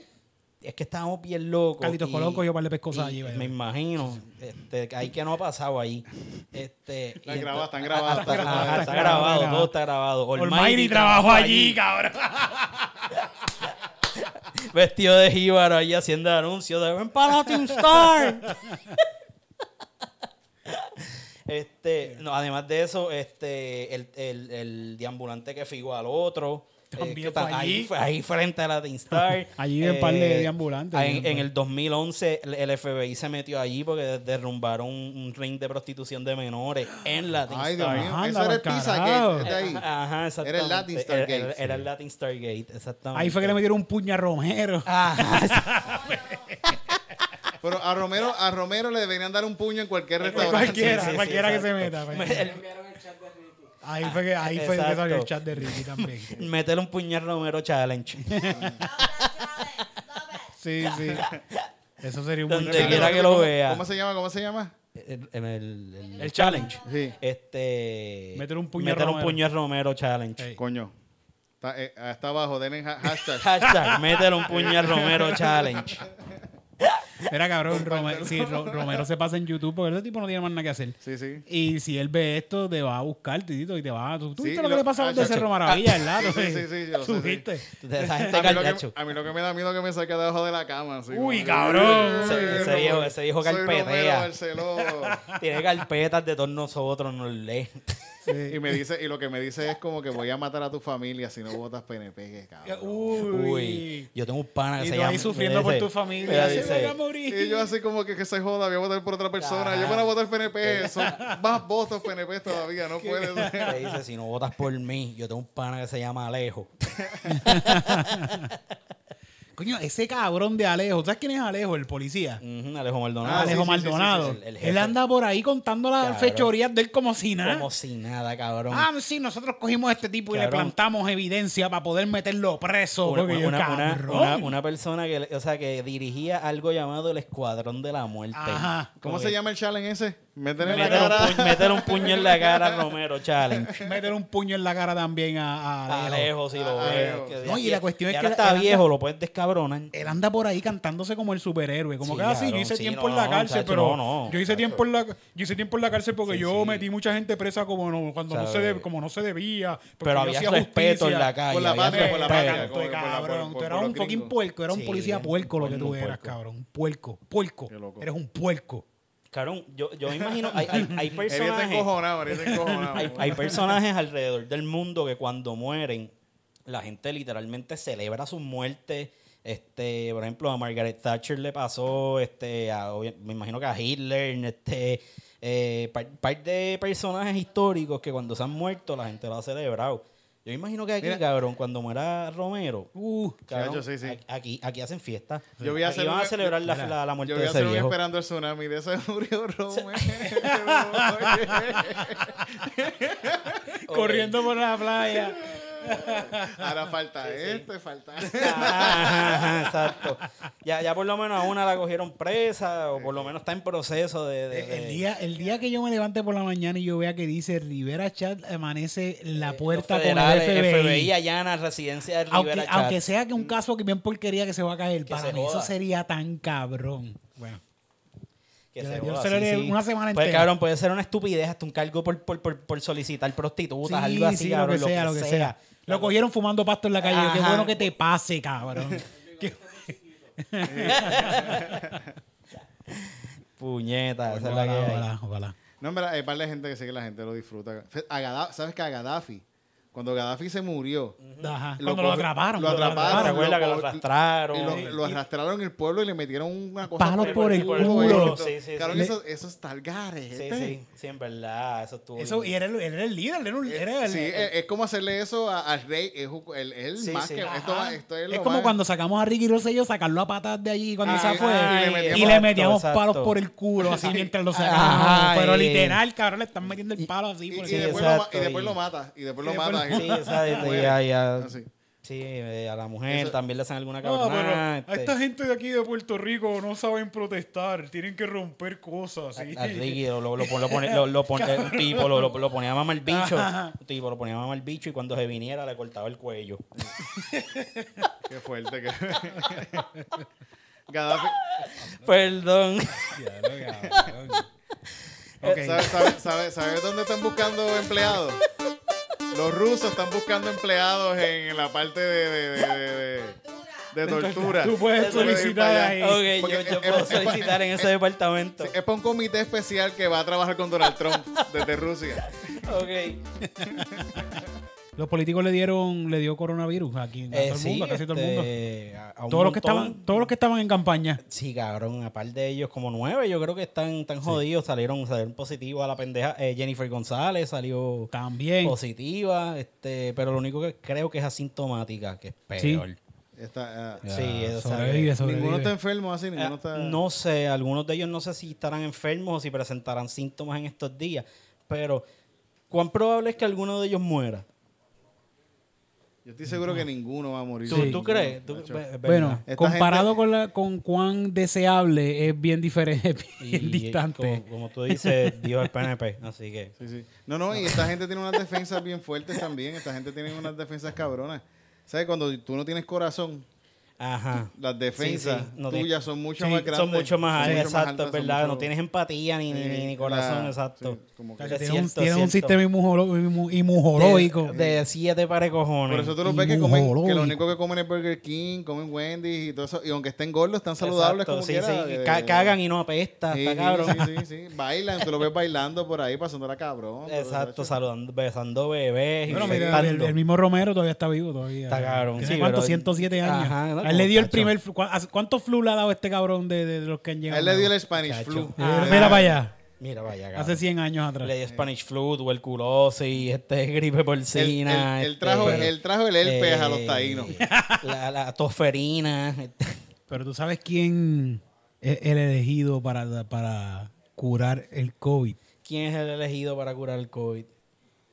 Speaker 2: es que estábamos bien locos.
Speaker 1: Carlitos
Speaker 2: y-
Speaker 1: Colón cogió un par de pescosas
Speaker 2: y
Speaker 1: allí, vaya.
Speaker 2: Me imagino. Este, que hay que no ha pasado allí. Este,
Speaker 4: Está
Speaker 2: y
Speaker 4: grabado,
Speaker 2: ento-
Speaker 4: están grabadas,
Speaker 2: Está,
Speaker 4: están
Speaker 2: ajá,
Speaker 4: grabadas.
Speaker 2: está grabado, todo está grabado.
Speaker 1: Almighty
Speaker 2: Almighty
Speaker 1: trabajó allí, cabrón.
Speaker 2: Vestido de jíbaro allí haciendo anuncios de ven para Team Star. este, no, además de eso, este, el, el, el deambulante que figó al otro. eh,
Speaker 1: También
Speaker 2: que
Speaker 1: fue
Speaker 2: está
Speaker 1: allí.
Speaker 2: Ahí, fue ahí frente a la Team Star. Eh,
Speaker 1: Allí hay un par de deambulantes.
Speaker 2: En, en el 2011 el- el FBI se metió allí porque derrumbaron un, un ring de prostitución de menores en la Team
Speaker 4: Ay, Dios
Speaker 2: Star.
Speaker 4: mío.
Speaker 1: Anda,
Speaker 4: Eso era el
Speaker 1: pa'l
Speaker 4: Pizza
Speaker 1: carajo.
Speaker 4: Gate. es de ahí.
Speaker 2: Ajá, exactamente.
Speaker 4: Era el Latin Stargate,
Speaker 2: Era, era-
Speaker 4: sí.
Speaker 2: era el Latin Stargate, exactamente.
Speaker 1: Ahí fue que le metieron un puño a Romero.
Speaker 2: Ajá,
Speaker 4: Pero a Romero, a Romero le deberían dar un puño en cualquier restaurante.
Speaker 1: cualquiera,
Speaker 2: sí, sí,
Speaker 1: cualquiera que se meta. pues.
Speaker 2: exacto.
Speaker 1: cualquiera. Ahí fue que, ahí fue que
Speaker 2: Exacto.
Speaker 1: salió el chat de Ricky también. Sí,
Speaker 2: Métele un puñal Romero Challenge.
Speaker 1: sí. Eso sería un
Speaker 2: Donde
Speaker 1: buen
Speaker 4: Repite,
Speaker 1: chat.
Speaker 2: quiera
Speaker 4: repite,
Speaker 2: que lo
Speaker 4: ¿cómo-
Speaker 2: vea.
Speaker 4: ¿Cómo se llama? ¿Cómo se llama?
Speaker 2: el, el- el-
Speaker 1: El challenge.
Speaker 4: Sí.
Speaker 2: Este.
Speaker 1: Métele un puñal
Speaker 2: métele un
Speaker 1: Romero.
Speaker 2: puñal Romero Challenge.
Speaker 1: Ey.
Speaker 4: Coño. Está, eh, está abajo, denle ha- hashtag.
Speaker 2: Hashtag, métele un puñal Romero Challenge.
Speaker 1: Mira, cabrón, Romero, sí, Ro- Romero se pasa en YouTube porque ese tipo no tiene más nada que hacer.
Speaker 4: Sí, sí.
Speaker 1: Y si él ve esto, te va a buscar, titito, y te va a... ¿Tú
Speaker 4: Sí,
Speaker 1: viste lo que
Speaker 4: lo-
Speaker 1: le pasó
Speaker 4: ah,
Speaker 1: a de
Speaker 4: chacho.
Speaker 1: Cerro Maravilla, ¿verdad?
Speaker 4: Sí, sí, sí, sí, yo lo sé,
Speaker 1: ¿Tú
Speaker 4: sí.
Speaker 1: viste?
Speaker 2: Entonces, Esa gente
Speaker 4: A mí, lo que,
Speaker 2: cargacho.
Speaker 4: a mí lo que me da miedo es que me saque debajo de la cama. así como que-
Speaker 1: cabrón.
Speaker 2: Ese- ese viejo- ese viejo
Speaker 4: Soy Romero
Speaker 2: carpetea.
Speaker 4: Barceló.
Speaker 2: Tiene carpetas de todos nosotros, nos lee.
Speaker 4: Y me dice, y lo que me dice es como que voy a matar a tu familia si no votas PNP, que cabrón.
Speaker 1: Uy.
Speaker 2: Uy. Yo tengo un pana que
Speaker 1: Y
Speaker 2: se
Speaker 1: tú
Speaker 2: llama.
Speaker 1: ahí sufriendo por
Speaker 2: dice-
Speaker 1: tu familia.
Speaker 2: me
Speaker 1: Así
Speaker 2: dice,
Speaker 1: me voy a morir.
Speaker 4: Y yo así como que, que se joda, voy a votar por otra persona.
Speaker 2: Ajá.
Speaker 4: Yo para votar PNP, son más votos PNP todavía, no puede ser.
Speaker 2: Te dice, si no votas por mí, yo tengo un pana que se llama Alejo.
Speaker 1: Coño, ese cabrón de Alejo. ¿Sabes quién es Alejo? El policía.
Speaker 2: Ujú, Alejo Maldonado.
Speaker 4: Ah,
Speaker 1: Alejo
Speaker 4: sí, sí, sí,
Speaker 2: sí,
Speaker 1: Maldonado.
Speaker 2: sí, el- el jefe.
Speaker 1: él anda por ahí contando las
Speaker 2: Cabrón.
Speaker 1: fechorías de él como si nada.
Speaker 2: Como si nada, cabrón.
Speaker 1: Ah, sí, nosotros cogimos a este tipo y le
Speaker 2: Cabrón.
Speaker 1: plantamos evidencia para poder meterlo preso.
Speaker 2: una,
Speaker 1: Porque yo,
Speaker 2: una- una-
Speaker 1: cabrón.
Speaker 2: una- una persona que, le- o sea, que dirigía algo llamado el Escuadrón de la Muerte.
Speaker 1: Ajá.
Speaker 4: ¿Cómo se llama el challenge ese? Meterle en la
Speaker 2: Métele un,
Speaker 4: cara.
Speaker 2: pu- métele un puño en la cara a Romero Challenge.
Speaker 1: Meter un puño en la cara también a, a Alejo.
Speaker 2: Alejo, si lo
Speaker 4: Ah,
Speaker 2: veo.
Speaker 4: Alejo.
Speaker 1: No, y la cuestión es que la-
Speaker 2: está
Speaker 1: la-
Speaker 2: viejo, lo puedes descabronar.
Speaker 1: Él anda por ahí cantándose como el superhéroe. Como
Speaker 2: Sí,
Speaker 1: que así, yo
Speaker 2: cabrón,
Speaker 1: hice
Speaker 2: sí,
Speaker 1: tiempo
Speaker 2: no,
Speaker 1: en la
Speaker 2: no,
Speaker 1: cárcel,
Speaker 2: chacho,
Speaker 1: pero
Speaker 2: no, no,
Speaker 1: yo hice tiempo en la yo hice tiempo en la cárcel porque
Speaker 2: Sí,
Speaker 1: yo
Speaker 2: sí.
Speaker 1: metí mucha gente presa como no, cuando no se
Speaker 2: ¿Sabe?
Speaker 1: de- como no se debía. porque
Speaker 2: Pero
Speaker 1: yo
Speaker 2: había
Speaker 1: hacía
Speaker 2: respeto
Speaker 1: justicia.
Speaker 2: en la calle.
Speaker 4: Por la
Speaker 2: había
Speaker 4: patria, por la
Speaker 1: Pero,
Speaker 2: respeto.
Speaker 4: patria, como que por la- por-
Speaker 1: cabrón, tú
Speaker 4: por-
Speaker 1: eras
Speaker 4: por
Speaker 1: un
Speaker 4: los
Speaker 1: fucking
Speaker 4: gringos.
Speaker 1: puerco, eras un
Speaker 2: Sí,
Speaker 1: policía
Speaker 2: era un
Speaker 1: puerco lo que
Speaker 2: puerco,
Speaker 1: tú
Speaker 2: un
Speaker 1: eras,
Speaker 2: puerco.
Speaker 1: cabrón. Puerco, puerco.
Speaker 4: Qué loco.
Speaker 1: Eres un puerco.
Speaker 2: Cabrón, yo, yo me imagino, hay, hay, hay
Speaker 4: Él está
Speaker 2: personajes.
Speaker 4: encojonado, ahorita está encojonado.
Speaker 2: hay, hay personajes alrededor del mundo que cuando mueren, la gente literalmente celebra su muerte, Este, por ejemplo, a Margaret Thatcher le pasó, este, a- obvia- me imagino que a Hitler, este, eh, par, par de personajes históricos que cuando se han muerto la gente lo ha celebrado. Yo imagino que aquí,
Speaker 4: Mira.
Speaker 2: cabrón, cuando muera Romero,
Speaker 1: Uh,
Speaker 2: cabrón,
Speaker 4: Chacho, sí, sí.
Speaker 2: a- Aquí, aquí hacen fiesta.
Speaker 4: Yo voy a
Speaker 2: Aquí
Speaker 4: hacer
Speaker 2: van
Speaker 4: una-
Speaker 2: a celebrar la, la- la muerte
Speaker 4: Yo voy
Speaker 2: de
Speaker 4: a
Speaker 2: ese
Speaker 4: hacer un
Speaker 2: viejo.
Speaker 4: esperando el tsunami. De eso murió Romero.
Speaker 1: corriendo por la playa.
Speaker 4: Ahora falta este, falta.
Speaker 2: Ajá, ajá, exacto. Ya, ya por lo menos a una la cogieron presa o por lo menos está en proceso de... de- de-
Speaker 1: El día, el día que yo me levante por la mañana y yo vea que dice Rivera Chat amanece la puerta
Speaker 2: Eh, los
Speaker 1: con el
Speaker 2: federales,
Speaker 1: FBI.
Speaker 2: allana residencia de Rivera
Speaker 1: aunque,
Speaker 2: Chat. Mm.
Speaker 1: aunque sea que un caso que bien porquería que se va a caer,
Speaker 2: Que
Speaker 1: para
Speaker 2: se
Speaker 1: mí eso
Speaker 2: joda.
Speaker 1: sería tan cabrón. Bueno,
Speaker 2: Que
Speaker 1: Yo-
Speaker 2: se
Speaker 1: yo
Speaker 2: joda,
Speaker 1: celebré
Speaker 2: sí, sí.
Speaker 1: una semana
Speaker 2: Pues,
Speaker 1: entera.
Speaker 2: cabrón, puede ser una estupidez hasta un cargo por, por, por, por solicitar prostitutas,
Speaker 1: sí,
Speaker 2: algo así,
Speaker 1: sí, lo
Speaker 2: cabrón,
Speaker 1: que sea, lo que sea. Lo cogieron fumando pasto en la calle. Qué
Speaker 2: Ajá.
Speaker 1: bueno que te pase, cabrón. Qué-
Speaker 2: Puñeta, esa es la
Speaker 1: ojalá,
Speaker 2: que hay.
Speaker 1: ojalá, ojalá.
Speaker 4: No, en verdad, hay par de gente que sé que la gente lo disfruta. Fe- a Gadda- ¿Sabes que a Gaddafi, cuando Gaddafi se murió,
Speaker 1: Ajá, Cuando lo
Speaker 4: coge-
Speaker 1: atraparon.
Speaker 4: Lo
Speaker 1: cuando
Speaker 4: atraparon.
Speaker 2: ¿Te acuerdas Ah, que lo
Speaker 4: co-
Speaker 2: arrastraron?
Speaker 4: y lo, lo arrastraron en el pueblo y le metieron una cosa.
Speaker 1: Palos por el
Speaker 2: culo.
Speaker 4: esto.
Speaker 2: Sí, sí,
Speaker 4: Claro,
Speaker 2: sí.
Speaker 4: esos, esos talgares.
Speaker 2: Sí,
Speaker 4: este.
Speaker 2: sí, sí, en verdad, eso estuvo...
Speaker 1: Eso,
Speaker 2: bien.
Speaker 1: y era el, era el líder, era,
Speaker 2: Eh,
Speaker 1: un- era el-
Speaker 4: Eh, Sí, es, es como hacerle eso a- al rey. Es un- el, el
Speaker 2: Sí,
Speaker 4: más
Speaker 2: sí.
Speaker 4: que. Esto, va- Ah, esto es,
Speaker 1: Ah, es,
Speaker 4: lo
Speaker 1: como
Speaker 4: más-
Speaker 1: cuando sacamos a Ricky Rosselló, sacarlo a patas de allí cuando
Speaker 4: Ah,
Speaker 1: se fue.
Speaker 4: ah, y le
Speaker 1: y
Speaker 4: metíamos-
Speaker 1: le metíamos
Speaker 2: Exacto,
Speaker 1: palos
Speaker 2: exacto.
Speaker 1: por el culo así mientras lo
Speaker 2: Ajá,
Speaker 1: sacábamos. Pero
Speaker 2: y-
Speaker 1: literal, cabrón, le están metiendo el palo así
Speaker 4: Y,
Speaker 1: por
Speaker 4: y
Speaker 1: el
Speaker 2: Sí,
Speaker 1: culo.
Speaker 4: después lo, ma- y
Speaker 2: exacto,
Speaker 4: después
Speaker 2: y-
Speaker 4: lo mata. Y después lo
Speaker 1: y
Speaker 4: mata.
Speaker 1: después-
Speaker 2: Sí, esa de- y a- y a-
Speaker 4: Así.
Speaker 2: sí, eh, a la mujer
Speaker 4: Eso-
Speaker 2: también le hacen alguna
Speaker 5: No, pero
Speaker 2: cabronada.
Speaker 5: a
Speaker 2: este,
Speaker 5: esta gente de aquí de Puerto Rico no saben protestar, tienen que romper cosas. ¿sí?
Speaker 2: a- a Ricky lo, lo, lo, pon- lo pone- lo- lo pon- el tipo lo, lo- lo ponía a mamar el bicho. El tipo lo ponía a mamar el bicho y cuando se viniera le cortaba el cuello.
Speaker 4: Qué fuerte. Que... Gaddafi.
Speaker 2: Perdón.
Speaker 4: ¿Sabes Eh, sabe, sabe- sabe dónde están buscando empleados? Los rusos están buscando empleados en la parte de, de, de- de- de- de tortura.
Speaker 5: Tú puedes
Speaker 4: Tú puedes ir
Speaker 5: solicitar
Speaker 4: para allá.
Speaker 5: ahí.
Speaker 2: Ok,
Speaker 4: Porque
Speaker 2: yo, yo
Speaker 4: es-
Speaker 2: puedo
Speaker 4: es- es-
Speaker 2: solicitar en ese departamento.
Speaker 4: Es para un comité especial que va a trabajar con Donald Trump desde Rusia.
Speaker 2: Ok.
Speaker 1: Los políticos le dieron, le dio coronavirus aquí a
Speaker 2: Eh,
Speaker 1: todo el mundo, a
Speaker 2: sí,
Speaker 1: casi todo el mundo.
Speaker 2: este, a- a un
Speaker 1: Todos los que
Speaker 2: montón.
Speaker 1: estaban, todos los que estaban en campaña.
Speaker 2: Sí, cabrón, aparte de ellos, como nueve, yo creo que están tan jodidos, salieron, salieron positivos a la pendeja. Eh, Jennifer González salió
Speaker 1: También.
Speaker 2: positiva, este, pero lo único que creo que es asintomática, que es
Speaker 1: Sí.
Speaker 2: peor.
Speaker 4: Está, ah,
Speaker 2: Sí, eso
Speaker 1: sobrevive, sobrevive.
Speaker 4: ninguno está enfermo así,
Speaker 2: Ah,
Speaker 4: ninguno está.
Speaker 2: No sé, algunos de ellos no sé si estarán enfermos o si presentarán síntomas en estos días, pero ¿cuán probable es que alguno de ellos muera?
Speaker 4: Yo estoy seguro que ninguno va a morir.
Speaker 2: ¿Tú, tú crees? ¿Tú-
Speaker 4: Nacho.
Speaker 2: ve-
Speaker 1: Bueno,
Speaker 2: verdad?
Speaker 4: Esta
Speaker 1: comparado
Speaker 4: gente-
Speaker 1: con la con cuán deseable es bien diferente,
Speaker 2: Y-
Speaker 1: bien distante.
Speaker 2: Como, como tú dices, Dios es PNP, así que...
Speaker 4: Sí, sí. No, no, y esta gente tiene unas defensas bien fuertes también. Esta gente tiene unas defensas cabronas. ¿Sabes? Cuando tú no tienes corazón,
Speaker 2: Ajá.
Speaker 4: las defensas
Speaker 2: Sí, sí, no
Speaker 4: tuyas
Speaker 2: tiene-
Speaker 4: son mucho
Speaker 2: Sí,
Speaker 4: más grandes.
Speaker 2: Son mucho más altas,
Speaker 4: mucho más
Speaker 2: exacto, es
Speaker 4: altas, son
Speaker 2: verdad.
Speaker 4: mucho-
Speaker 2: No tienes empatía ni, ni,
Speaker 4: Sí,
Speaker 2: ni- ni corazón,
Speaker 4: la-
Speaker 2: exacto.
Speaker 4: sí, como que-
Speaker 2: Es
Speaker 1: Tiene un,
Speaker 2: cierto,
Speaker 1: tiene un
Speaker 2: cierto.
Speaker 1: sistema inmunolo- inmu- inmunológico.
Speaker 2: De, de siete pares cojones.
Speaker 4: Por eso tú
Speaker 1: Y
Speaker 4: los ves que comen, que
Speaker 1: mujerólogo.
Speaker 4: lo único que comen es Burger King, comen Wendy's y todo eso. Y aunque estén gordos, están saludables
Speaker 2: Exacto,
Speaker 4: como
Speaker 2: sí,
Speaker 4: quiera.
Speaker 2: sí,
Speaker 4: eh,
Speaker 2: ca- cagan y no apesta,
Speaker 4: sí,
Speaker 2: está cabrón.
Speaker 4: Sí, sí, sí, sí. Bailan, tú lo ves bailando por ahí, pasando la cabrón. pero,
Speaker 2: Exacto,
Speaker 4: chacho,
Speaker 2: saludando, besando bebés,
Speaker 1: Bueno, mira,
Speaker 2: infectando.
Speaker 1: el, el mismo Romero todavía está vivo todavía.
Speaker 2: Está cabrón,
Speaker 1: ¿Tiene
Speaker 2: sí,
Speaker 1: ¿Cuántos?
Speaker 2: pero-
Speaker 1: 107 años.
Speaker 2: Ajá, ¿no?
Speaker 1: A él
Speaker 2: Como
Speaker 1: le dio el
Speaker 2: tacho.
Speaker 1: primer... flu- ¿cu- ¿Cuántos flu le ha dado este cabrón de, de los que han
Speaker 4: A
Speaker 1: llegado?
Speaker 4: él le dio el Spanish
Speaker 2: Chacho.
Speaker 4: flu.
Speaker 1: Ah,
Speaker 2: Ah.
Speaker 1: Mira para allá.
Speaker 2: Mira, vaya, cabrón.
Speaker 1: Hace 100 años atrás.
Speaker 2: Le dio Spanish flu, tuberculosis, este, gripe
Speaker 4: Él,
Speaker 2: porcina.
Speaker 4: él- él trajo,
Speaker 2: este,
Speaker 4: él trajo el herpes a los
Speaker 2: eh,
Speaker 4: taínos.
Speaker 2: La, la tosferina. este.
Speaker 1: Pero tú sabes quién es el elegido para, para curar el COVID.
Speaker 2: ¿Quién es el elegido para curar el COVID?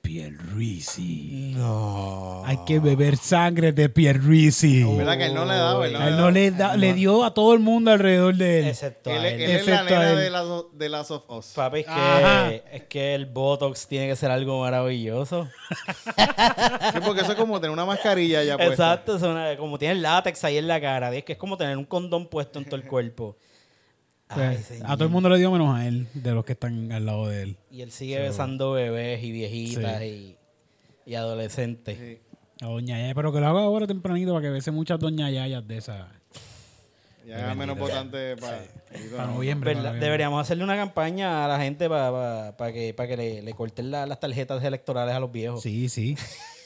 Speaker 1: Pierluisi.
Speaker 2: No.
Speaker 1: Hay que beber sangre de Pierluisi.
Speaker 4: ¿Verdad que él no le daba? Él no,
Speaker 1: A
Speaker 4: le
Speaker 1: él
Speaker 4: daba.
Speaker 1: no le, da- le dio a todo el mundo alrededor de él.
Speaker 2: Excepto
Speaker 4: Él,
Speaker 2: a
Speaker 4: es-
Speaker 2: él.
Speaker 4: él es la
Speaker 1: Excepto a
Speaker 4: nena
Speaker 1: él.
Speaker 4: de la, de Last of Us.
Speaker 2: Papi, es
Speaker 1: Ajá.
Speaker 2: que, es que el Botox tiene que ser algo maravilloso.
Speaker 4: Sí, porque eso es como tener una mascarilla ya puesta.
Speaker 2: Exacto, es una- como tiene látex ahí en la cara. Es que es como tener un condón puesto en todo el cuerpo. Ay,
Speaker 1: Pues,
Speaker 2: señor.
Speaker 1: a todo el mundo le dio menos a él, de los que están al lado de él.
Speaker 2: Y él sigue besando bebés y viejitas y, y adolescentes.
Speaker 4: Sí.
Speaker 1: A Doña Yaya, pero que lo haga ahora tempranito para que bese muchas Doña Yayas de esas.
Speaker 4: Ya haga menos votante para... digo,
Speaker 1: Para
Speaker 2: ¿Verdad?
Speaker 4: no.
Speaker 1: noviembre. para noviembre.
Speaker 2: Pues, Deberíamos hacerle una campaña a la gente para que, pa que le, le corten la- las tarjetas electorales a los viejos.
Speaker 1: Sí, sí.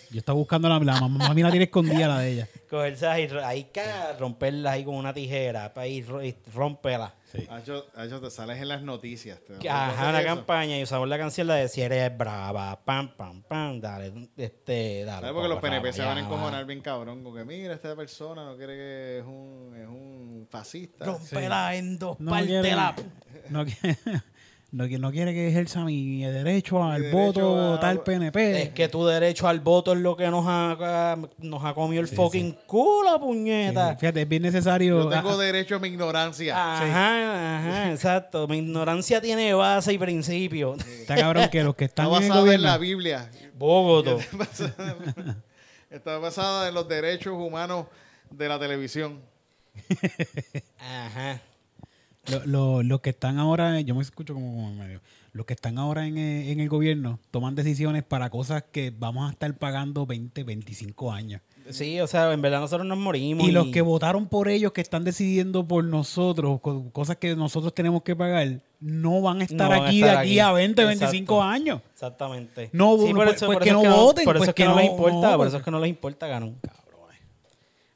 Speaker 1: Yo estaba buscando la, la mamá, mami la tiene escondida la de ella.
Speaker 2: Cogerse ahí, ahí ca- romperla ahí con una tijera, para ir rompela.
Speaker 1: Este.
Speaker 4: Acho, acho, ah, te sales en las noticias. te-
Speaker 2: Ajá,
Speaker 4: ¿no
Speaker 2: una
Speaker 4: es eso?
Speaker 2: campaña y usamos la canción la de si eres brava, pam, pam, pam, dale, este, dale.
Speaker 4: ¿Sabes? Porque los
Speaker 2: papá,
Speaker 4: PNP se van a
Speaker 2: brava.
Speaker 4: encojonar bien cabrón. Con que mira, esta persona no quiere que es un, es un fascista.
Speaker 2: Rompela en dos
Speaker 1: No
Speaker 2: partes
Speaker 1: quiere,
Speaker 2: la...
Speaker 1: no, quiere, no, qui- no quiere que ejerza mi derecho al
Speaker 4: derecho
Speaker 1: voto
Speaker 4: a-
Speaker 1: tal PNP.
Speaker 2: Es que tu derecho al voto es lo que nos ha, nos ha comido el fucking culo,
Speaker 1: Sí,
Speaker 2: puñeta.
Speaker 1: Fíjate, es bien necesario.
Speaker 4: Yo tengo
Speaker 1: Ah,
Speaker 4: derecho a mi ignorancia.
Speaker 2: Ajá, ajá, exacto. Mi ignorancia tiene base y principio.
Speaker 1: Está cabrón que los que
Speaker 4: Está
Speaker 1: están en el
Speaker 4: basada en
Speaker 1: gobierno.
Speaker 4: la Biblia.
Speaker 2: Bogotá.
Speaker 4: Está basada en los derechos humanos de la televisión.
Speaker 2: Ajá.
Speaker 1: lo- lo- los que están ahora, yo me escucho como, como medio. Los que están ahora en, eh, en el gobierno toman decisiones para cosas que vamos a estar pagando 20, 25 años.
Speaker 2: Sí, o sea, en verdad nosotros nos morimos.
Speaker 1: Y los que votaron por ellos, que están decidiendo por nosotros, co- cosas que nosotros tenemos que pagar, no van a estar
Speaker 2: No van a
Speaker 1: aquí
Speaker 2: estar
Speaker 1: de aquí,
Speaker 2: aquí.
Speaker 1: a 20,
Speaker 2: Exacto.
Speaker 1: 25 años.
Speaker 2: Exactamente.
Speaker 1: No,
Speaker 2: Sí,
Speaker 1: no,
Speaker 2: por
Speaker 1: pues-
Speaker 2: eso,
Speaker 1: pues
Speaker 2: por
Speaker 1: que
Speaker 2: eso es
Speaker 1: no voten,
Speaker 2: Por eso
Speaker 1: pues
Speaker 2: es que
Speaker 1: que
Speaker 2: no les
Speaker 1: no-
Speaker 2: importa,
Speaker 1: no,
Speaker 2: por eso
Speaker 1: porque-
Speaker 2: es que no les importa, ganón. eh.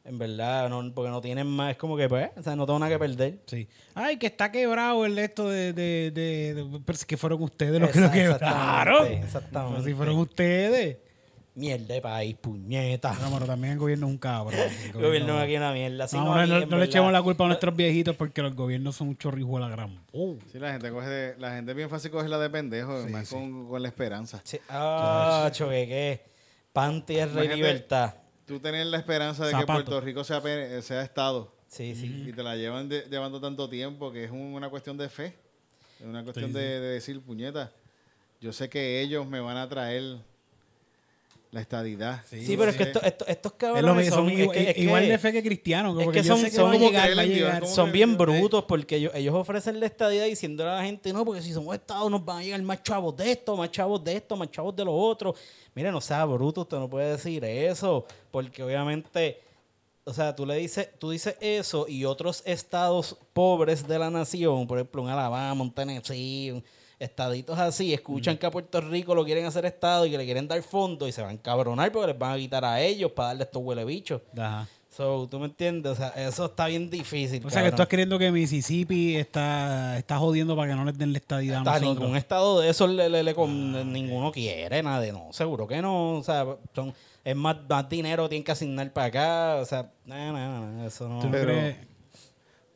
Speaker 2: En verdad, no, porque no tienen más, es como que, pues, o sea, no tengo nada que perder.
Speaker 1: Sí. Ay, que está quebrado el esto de, de, de- de- pero es que fueron ustedes los que lo
Speaker 2: Exact-
Speaker 1: quebraron.
Speaker 2: exactamente, exactamente.
Speaker 1: Pero si fueron ustedes.
Speaker 2: Mierda de país, puñeta.
Speaker 1: No, pero también el gobierno es un cabrón. El
Speaker 2: El gobierno aquí es una mierda. así
Speaker 1: No, no,
Speaker 2: aquí,
Speaker 1: no-
Speaker 2: en
Speaker 1: no le
Speaker 2: verdad.
Speaker 1: echemos la culpa a nuestros viejitos porque los gobiernos son un chorrijo a la gran.
Speaker 4: Sí, la gente coge de- la gente bien fácil coge la de pendejo, más Con, con la esperanza.
Speaker 2: Sí, Ah, choque, qué. Pan,
Speaker 1: Pues,
Speaker 2: tierra y
Speaker 4: Imagínate.
Speaker 2: libertad.
Speaker 4: Tú tenés la esperanza de que
Speaker 1: Zapato.
Speaker 4: Puerto Rico sea, pe- sea Estado
Speaker 2: Sí, sí.
Speaker 4: y te la llevan de- llevando tanto tiempo que es un- una cuestión de fe, es una cuestión De, de decir, puñeta, yo sé que ellos me van a traer la estadidad.
Speaker 2: Sí, pero es que esto, esto- estos cabrones
Speaker 1: son
Speaker 2: son, es
Speaker 1: igual,
Speaker 2: que- es que-
Speaker 1: igual de fe que cristiano.
Speaker 2: es
Speaker 1: porque
Speaker 2: que
Speaker 1: yo
Speaker 2: son-
Speaker 1: sé que
Speaker 2: son
Speaker 1: va a
Speaker 2: como
Speaker 1: llegar,
Speaker 4: que
Speaker 1: va a
Speaker 4: él en Dios,
Speaker 1: llegar.
Speaker 4: como-
Speaker 2: son bien
Speaker 4: Sí.
Speaker 2: brutos porque ellos, ellos ofrecen la estadía diciéndole a la gente, no, porque si somos estados nos van a llegar más chavos de esto, más chavos de esto, más chavos de los otros. Mira, no sea bruto, usted no puede decir eso, porque obviamente, o sea, tú le dices, tú dices eso y otros estados pobres de la nación, por ejemplo, un Alabama, un Tennessee, un- estaditos así,
Speaker 1: Mm.
Speaker 2: escuchan que a Puerto Rico lo quieren hacer estado y que le quieren dar fondos y se van a encabronar porque les van a quitar a ellos para darle a estos huele bichos.
Speaker 1: Ajá.
Speaker 2: So, ¿tú me entiendes? O sea, eso está bien difícil.
Speaker 1: O sea que
Speaker 2: cabrón.
Speaker 1: estás queriendo que Mississippi está, está jodiendo para que no les den la estadidad a
Speaker 2: Hasta
Speaker 1: nosotros.
Speaker 2: ningún estado de esos le, le- le con- ninguno quiere, nada de no, seguro que no. O sea, son, es más, más dinero tienen que asignar para acá. O sea, no, no, no, eso no.
Speaker 1: ¿Tú
Speaker 4: Pero-
Speaker 1: crees?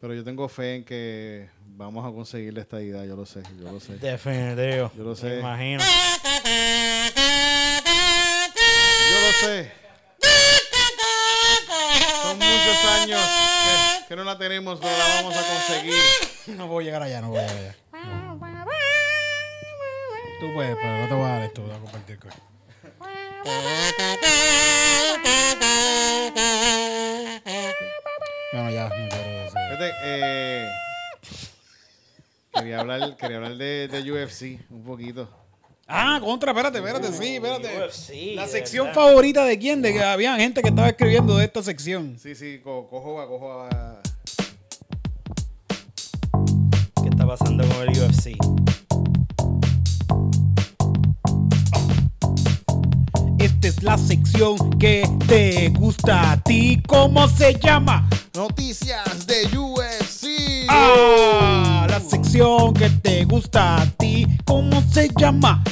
Speaker 4: Pero yo tengo fe en que vamos a conseguir la estadidad, yo lo sé, yo lo sé.
Speaker 2: Definitivo.
Speaker 4: Yo lo sé.
Speaker 2: Me imagino.
Speaker 4: Yo lo sé. Son muchos años que, que no la tenemos, pero la vamos a conseguir.
Speaker 1: No puedo llegar allá, no voy a llegar allá. Tú puedes, pero no te voy a dar esto, voy a compartir con Bueno, ya, no quiero decir.
Speaker 4: Fíjate, eh, quería hablar, quería hablar de, de UFC un poquito.
Speaker 1: Ah, contra, espérate, espérate, sí, espérate.
Speaker 2: Sí,
Speaker 1: La
Speaker 2: de
Speaker 1: sección
Speaker 2: verdad.
Speaker 1: favorita de quién? De que había gente que estaba escribiendo de esta sección.
Speaker 4: Sí, sí, co- cojo a, cojo a.
Speaker 2: ¿Qué está pasando con el UFC?
Speaker 1: Esta es la sección que te gusta a ti. ¿Cómo se llama?
Speaker 4: Noticias de UFC.
Speaker 2: Oh.
Speaker 1: Ah, la sección que te gusta a ti. ¿Cómo se llama?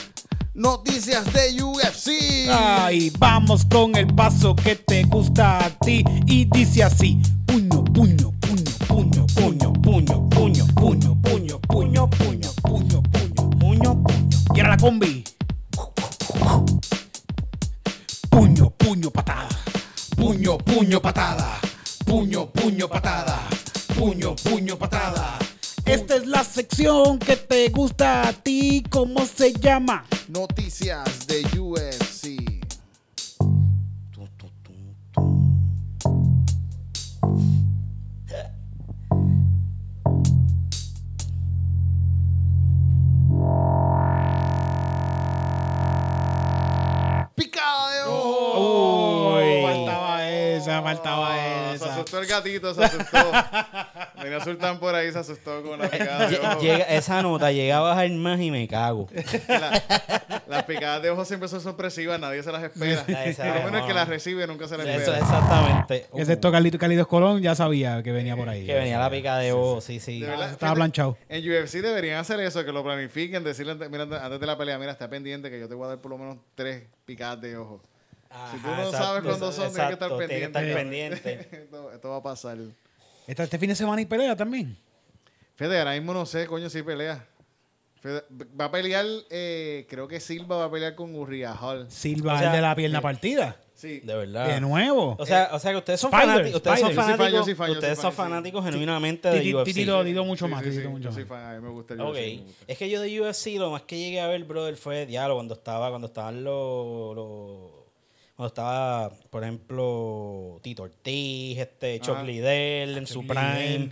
Speaker 4: Noticias de UFC.
Speaker 1: Ay, vamos con el paso que te gusta a ti y dice así: puño, puño, puño, puño, puño, puño, puño, puño, puño, puño, puño, puño, puño, puño, puño. Quiera la combi. Puño, puño, patada. Puño, puño, patada. Puño, puño, patada. Puño, puño, patada. Esta es la sección que te gusta a ti. ¿Cómo se llama?
Speaker 4: Noticias de UFC.
Speaker 2: Tum, tum, tum, tum.
Speaker 4: Picada de ojo.
Speaker 1: Uy, faltaba esa, faltaba
Speaker 4: Ah, se
Speaker 1: esa.
Speaker 4: asustó el gatito, se asustó. Tenía Sultán por ahí, se asustó con la picada de
Speaker 2: Lle-
Speaker 4: ojo.
Speaker 2: llega- esa nota llega a bajar más y me cago.
Speaker 4: La- las picadas de ojo siempre son sorpresivas, nadie se las espera.
Speaker 2: Nadie
Speaker 4: Por
Speaker 2: sabe,
Speaker 4: lo menos el
Speaker 2: no,
Speaker 4: que
Speaker 2: no.
Speaker 4: las recibe nunca se las
Speaker 2: Eso,
Speaker 4: espera.
Speaker 2: exactamente.
Speaker 1: Ese es Carlitos Carlitos Colón, ya sabía que venía por ahí.
Speaker 2: que venía la pica de ojo, sí, sí.
Speaker 4: De verdad,
Speaker 1: Estaba
Speaker 4: fíjate,
Speaker 1: planchado.
Speaker 4: En UFC deberían hacer eso, que lo planifiquen, decirle antes, mira, antes de la pelea, mira, está pendiente que yo te voy a dar por lo menos tres picadas de ojo. si tú no sabes cuándo son, tienes que estar
Speaker 2: exacto, tienes que estar
Speaker 4: pendiente.
Speaker 2: pendiente.
Speaker 4: esto, esto va a pasar.
Speaker 1: Esta- este fin de semana y pelea también.
Speaker 4: Fede, ahora mismo no sé, coño, si pelea. Fede- va a pelear, eh, creo que Silva va a pelear con Hall.
Speaker 1: Silva,
Speaker 2: O sea,
Speaker 1: el de la pierna partida.
Speaker 4: Sí.
Speaker 2: De verdad.
Speaker 1: De nuevo.
Speaker 2: O sea, o sea que ustedes son
Speaker 1: Spider,
Speaker 2: fanáticos, ustedes son
Speaker 1: Spider.
Speaker 4: Yo soy fan,
Speaker 2: fanáticos,
Speaker 4: yo soy fan, yo
Speaker 2: ustedes
Speaker 4: soy
Speaker 2: son
Speaker 4: fan, sí.
Speaker 2: fanáticos genuinamente
Speaker 1: Titi-
Speaker 2: de UFC.
Speaker 1: Titi lo digo mucho
Speaker 4: Sí,
Speaker 1: más.
Speaker 4: sí,
Speaker 1: Titi
Speaker 4: sí,
Speaker 1: lo mucho
Speaker 4: yo soy
Speaker 1: más.
Speaker 4: fan, a mí me gusta el
Speaker 2: Ok,
Speaker 4: UFC, me gusta.
Speaker 2: es que yo de UFC lo más que llegué a ver, brother, fue diálogo cuando estaba, cuando estaban los, los- cuando estaba, por ejemplo, Tito Ortiz, este, Chuck
Speaker 4: Ajá.
Speaker 2: Liddell en su
Speaker 1: Chuck
Speaker 2: prime,
Speaker 1: Liddell.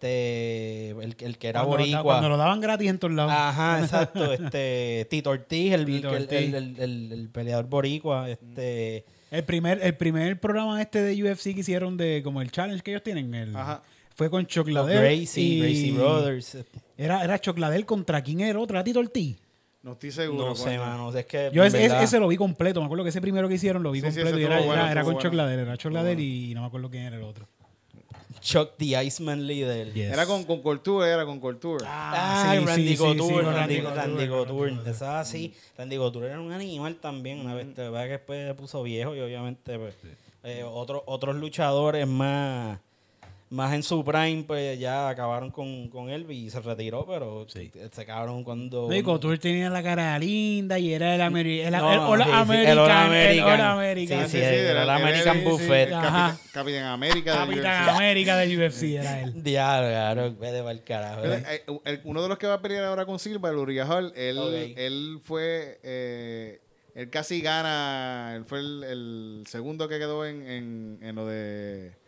Speaker 2: este, el, el que era
Speaker 1: Cuando lo da-
Speaker 2: boricua.
Speaker 1: Cuando lo daban gratis en todos lados.
Speaker 2: Ajá, exacto, este, Tito Ortiz, el,
Speaker 1: Tito
Speaker 2: el-
Speaker 1: Ortiz.
Speaker 2: el- el- el- el peleador boricua, este,
Speaker 1: El primer, el primer programa este de UFC que hicieron de como el challenge que ellos tienen, el-
Speaker 4: Ajá.
Speaker 1: fue con
Speaker 2: los
Speaker 1: Chocladel.
Speaker 2: Gracie,
Speaker 1: y-
Speaker 2: Gracie Brothers. este.
Speaker 1: Era, era Chocladel contra quién era otra, Tito Ortiz.
Speaker 4: No estoy seguro.
Speaker 2: No sé,
Speaker 4: coño.
Speaker 2: mano, es que...
Speaker 1: Yo
Speaker 2: en
Speaker 1: es- es-
Speaker 2: verdad-
Speaker 1: ese lo vi completo, me acuerdo que ese primero que hicieron lo vi
Speaker 4: Sí, sí,
Speaker 1: completo
Speaker 4: ese
Speaker 1: y era,
Speaker 4: estuvo bueno,
Speaker 1: era- era
Speaker 4: estuvo
Speaker 1: con
Speaker 4: bueno.
Speaker 1: Chocladel, era Chocladel y no me acuerdo quién era el otro.
Speaker 2: Chuck the Iceman Liddell.
Speaker 1: Yes.
Speaker 4: Era con, con Couture, era con Couture.
Speaker 2: Ah,
Speaker 1: sí,
Speaker 2: Randy
Speaker 1: sí, sí,
Speaker 2: Couture,
Speaker 1: sí, con
Speaker 2: Randy, Randy
Speaker 1: Randy Couture, Mm.
Speaker 2: Couture.
Speaker 1: Randy
Speaker 2: Eso es así. Randy Couture era un animal también,
Speaker 4: Mm.
Speaker 2: una vez, la verdad que después se puso viejo y obviamente pues, eh, otro- otros luchadores más, más en su prime pues ya acabaron con, con él y se retiró, pero se acabaron cuando...
Speaker 1: No, y Couture tenía la cara linda y era el, ameri- el,
Speaker 2: No,
Speaker 1: el
Speaker 2: no,
Speaker 1: All
Speaker 2: sí, sí, el All
Speaker 1: American. el All
Speaker 2: American.
Speaker 1: American.
Speaker 2: Sí, sí, era el American
Speaker 4: sí,
Speaker 2: Buffet.
Speaker 4: el
Speaker 1: Ajá.
Speaker 4: Capit- Capitán América. del
Speaker 1: Capitán
Speaker 4: UFC.
Speaker 1: América del UFC era él.
Speaker 2: Diablo, claro, vete pa'l carajo.
Speaker 4: Pero, eh, el- uno de los que va a pelear ahora con Silva, el Uriahol, él,
Speaker 2: Ok.
Speaker 4: él fue. eh, él casi gana. Él fue el, el segundo que quedó en, en, en lo de.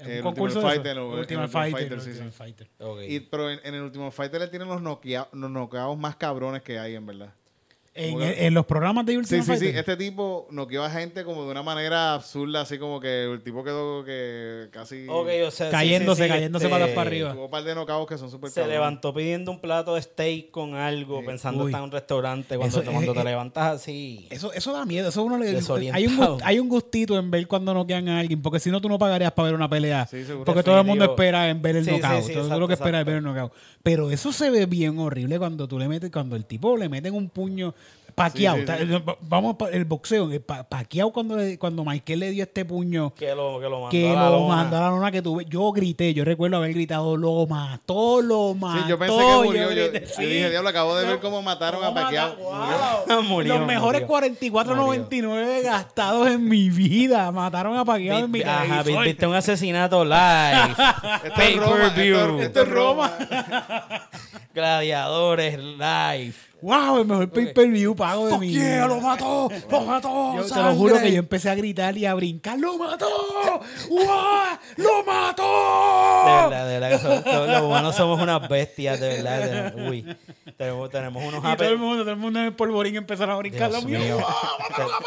Speaker 1: Un
Speaker 4: el
Speaker 1: concurso
Speaker 4: Ultimate
Speaker 1: de
Speaker 4: Fighter,
Speaker 1: eso.
Speaker 4: o- el
Speaker 1: Ultimate
Speaker 4: Ultimate
Speaker 1: Fighter,
Speaker 4: Fighter, sí,
Speaker 1: Ultimate
Speaker 4: sí.
Speaker 1: Fighter.
Speaker 2: Ok.
Speaker 4: eh, Y, pero en, en el último fighter le tienen los noquea- los noqueados más cabrones que hay, en verdad.
Speaker 1: En,
Speaker 4: Como que-
Speaker 1: en los programas de
Speaker 4: Sí,
Speaker 1: Ultimate
Speaker 4: sí, sí.
Speaker 1: Fighter.
Speaker 4: Este tipo noqueó a gente como de una manera absurda, así como que el tipo quedó que casi.
Speaker 2: Ok, o sea, sí, sí,
Speaker 1: Cayéndose,
Speaker 2: sí,
Speaker 1: cayéndose
Speaker 2: este,
Speaker 1: patas para arriba.
Speaker 4: Tuvo un par de nocaos que son
Speaker 1: Pues,
Speaker 4: súper
Speaker 2: Se
Speaker 4: cabrones.
Speaker 2: levantó pidiendo un plato de steak con algo, pensando
Speaker 1: Eh, Uy.
Speaker 2: que está en un restaurante. Cuando,
Speaker 1: Eso eh, es-
Speaker 2: cuando te
Speaker 1: es-
Speaker 2: levantas así.
Speaker 1: Eso, eso da miedo, eso uno le
Speaker 2: Desorientado.
Speaker 1: hay un, gust- hay un gustito en ver cuando noquean a alguien, porque si no tú no pagarías para ver una pelea,
Speaker 4: Sí, seguro.
Speaker 1: porque todo el mundo
Speaker 2: Definitivo.
Speaker 1: espera en ver el
Speaker 2: Sí, sí,
Speaker 1: knockout,
Speaker 2: sí,
Speaker 1: todo
Speaker 2: exacto,
Speaker 1: lo que espera es ver el
Speaker 2: exacto.
Speaker 1: knockout. Pero eso se ve bien horrible cuando tú le metes cuando el tipo le meten un puño paqueado,
Speaker 4: Sí, sí, sí.
Speaker 1: Está- vamos pa- el boxeo, el pa- paqueado cuando le- cuando Michael le dio este puño
Speaker 2: Que lo, que lo mandó
Speaker 1: que
Speaker 2: a la
Speaker 1: lo
Speaker 2: lona.
Speaker 1: mandó a la lona que tuve. Yo grité, yo recuerdo haber gritado, lo mató, lo mató.
Speaker 4: Sí, yo pensé que murió. Yo,
Speaker 1: grité,
Speaker 4: yo
Speaker 1: sí.
Speaker 4: dije, diablo, acabo de
Speaker 1: No,
Speaker 4: ver cómo mataron a
Speaker 1: ¿cómo
Speaker 4: Pacquiao.
Speaker 1: mata-
Speaker 4: Murió.
Speaker 1: Wow.
Speaker 2: Murió,
Speaker 1: Los mejores
Speaker 2: murió.
Speaker 1: 44.99 gastados en mi vida. Mataron a Pacquiao en mi
Speaker 2: Vi- Ajá, vi-
Speaker 1: televisor.
Speaker 2: viste un asesinato live.
Speaker 4: Esto es Roma, esto
Speaker 2: Pay-per-view.
Speaker 4: es- esto es Roma.
Speaker 2: Gladiadores live.
Speaker 1: Wow, el mejor pay-per-view pago de mi vida.
Speaker 2: lo mató! ¡Lo mató!
Speaker 1: Yo te lo juro que yo empecé a gritar y a brincar. ¡Lo mató! ¡Guau! ¡Lo mató!
Speaker 2: De verdad, de verdad. que so- so- los humanos somos unas bestias, de verdad. de- uy, tenemos, tenemos unos
Speaker 1: Y todo
Speaker 2: ape-
Speaker 1: el mundo, todo el mundo en el polvorín empezaron a brincar.
Speaker 2: Dios
Speaker 1: lo mío.
Speaker 2: mío.
Speaker 1: ¡Guau! ¡Mataron a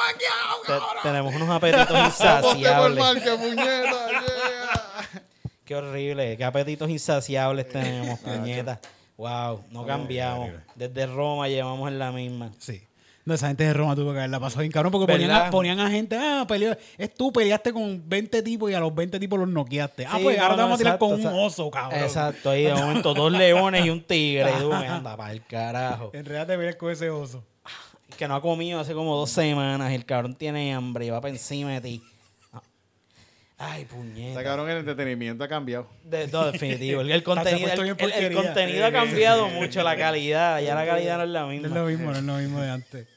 Speaker 1: Pacquiao!
Speaker 2: te- tenemos unos apetitos
Speaker 4: Aposté por
Speaker 2: insaciables.
Speaker 4: Márquez, puñeta, yeah.
Speaker 2: Qué horrible, qué apetitos insaciables tenemos, puñeta. Wow, no cambiamos. Desde Roma llevamos en la misma.
Speaker 1: Sí. No, esa gente de Roma tuvo que haberla pasado bien cabrón porque ponían
Speaker 2: ¿Verdad?
Speaker 1: a, ponían a gente, ah, peleó, es tú, peleaste con 20 tipos y a los 20 tipos los noqueaste. Ah,
Speaker 2: Sí,
Speaker 1: pues
Speaker 2: no,
Speaker 1: ahora te
Speaker 2: no,
Speaker 1: vamos a tirar
Speaker 2: exacto,
Speaker 1: con un
Speaker 2: exacto.
Speaker 1: oso, cabrón.
Speaker 2: Exacto, ahí de momento dos leones y un tigre. Y tú, anda, para el carajo.
Speaker 1: En realidad te peleas con ese oso.
Speaker 2: Que no ha comido hace como dos semanas. El cabrón tiene hambre y va para encima de ti. Ah. Ay,
Speaker 4: Está
Speaker 2: puñeta.
Speaker 4: cabrón, el entretenimiento ha cambiado.
Speaker 2: De, no, definitivo. El, el contenido,
Speaker 1: puesto
Speaker 2: el,
Speaker 1: bien
Speaker 2: el- el
Speaker 1: porquería.
Speaker 2: contenido ha cambiado mucho, la calidad. Ya la calidad no es la
Speaker 1: No es
Speaker 2: misma.
Speaker 1: lo mismo, no es lo mismo de antes.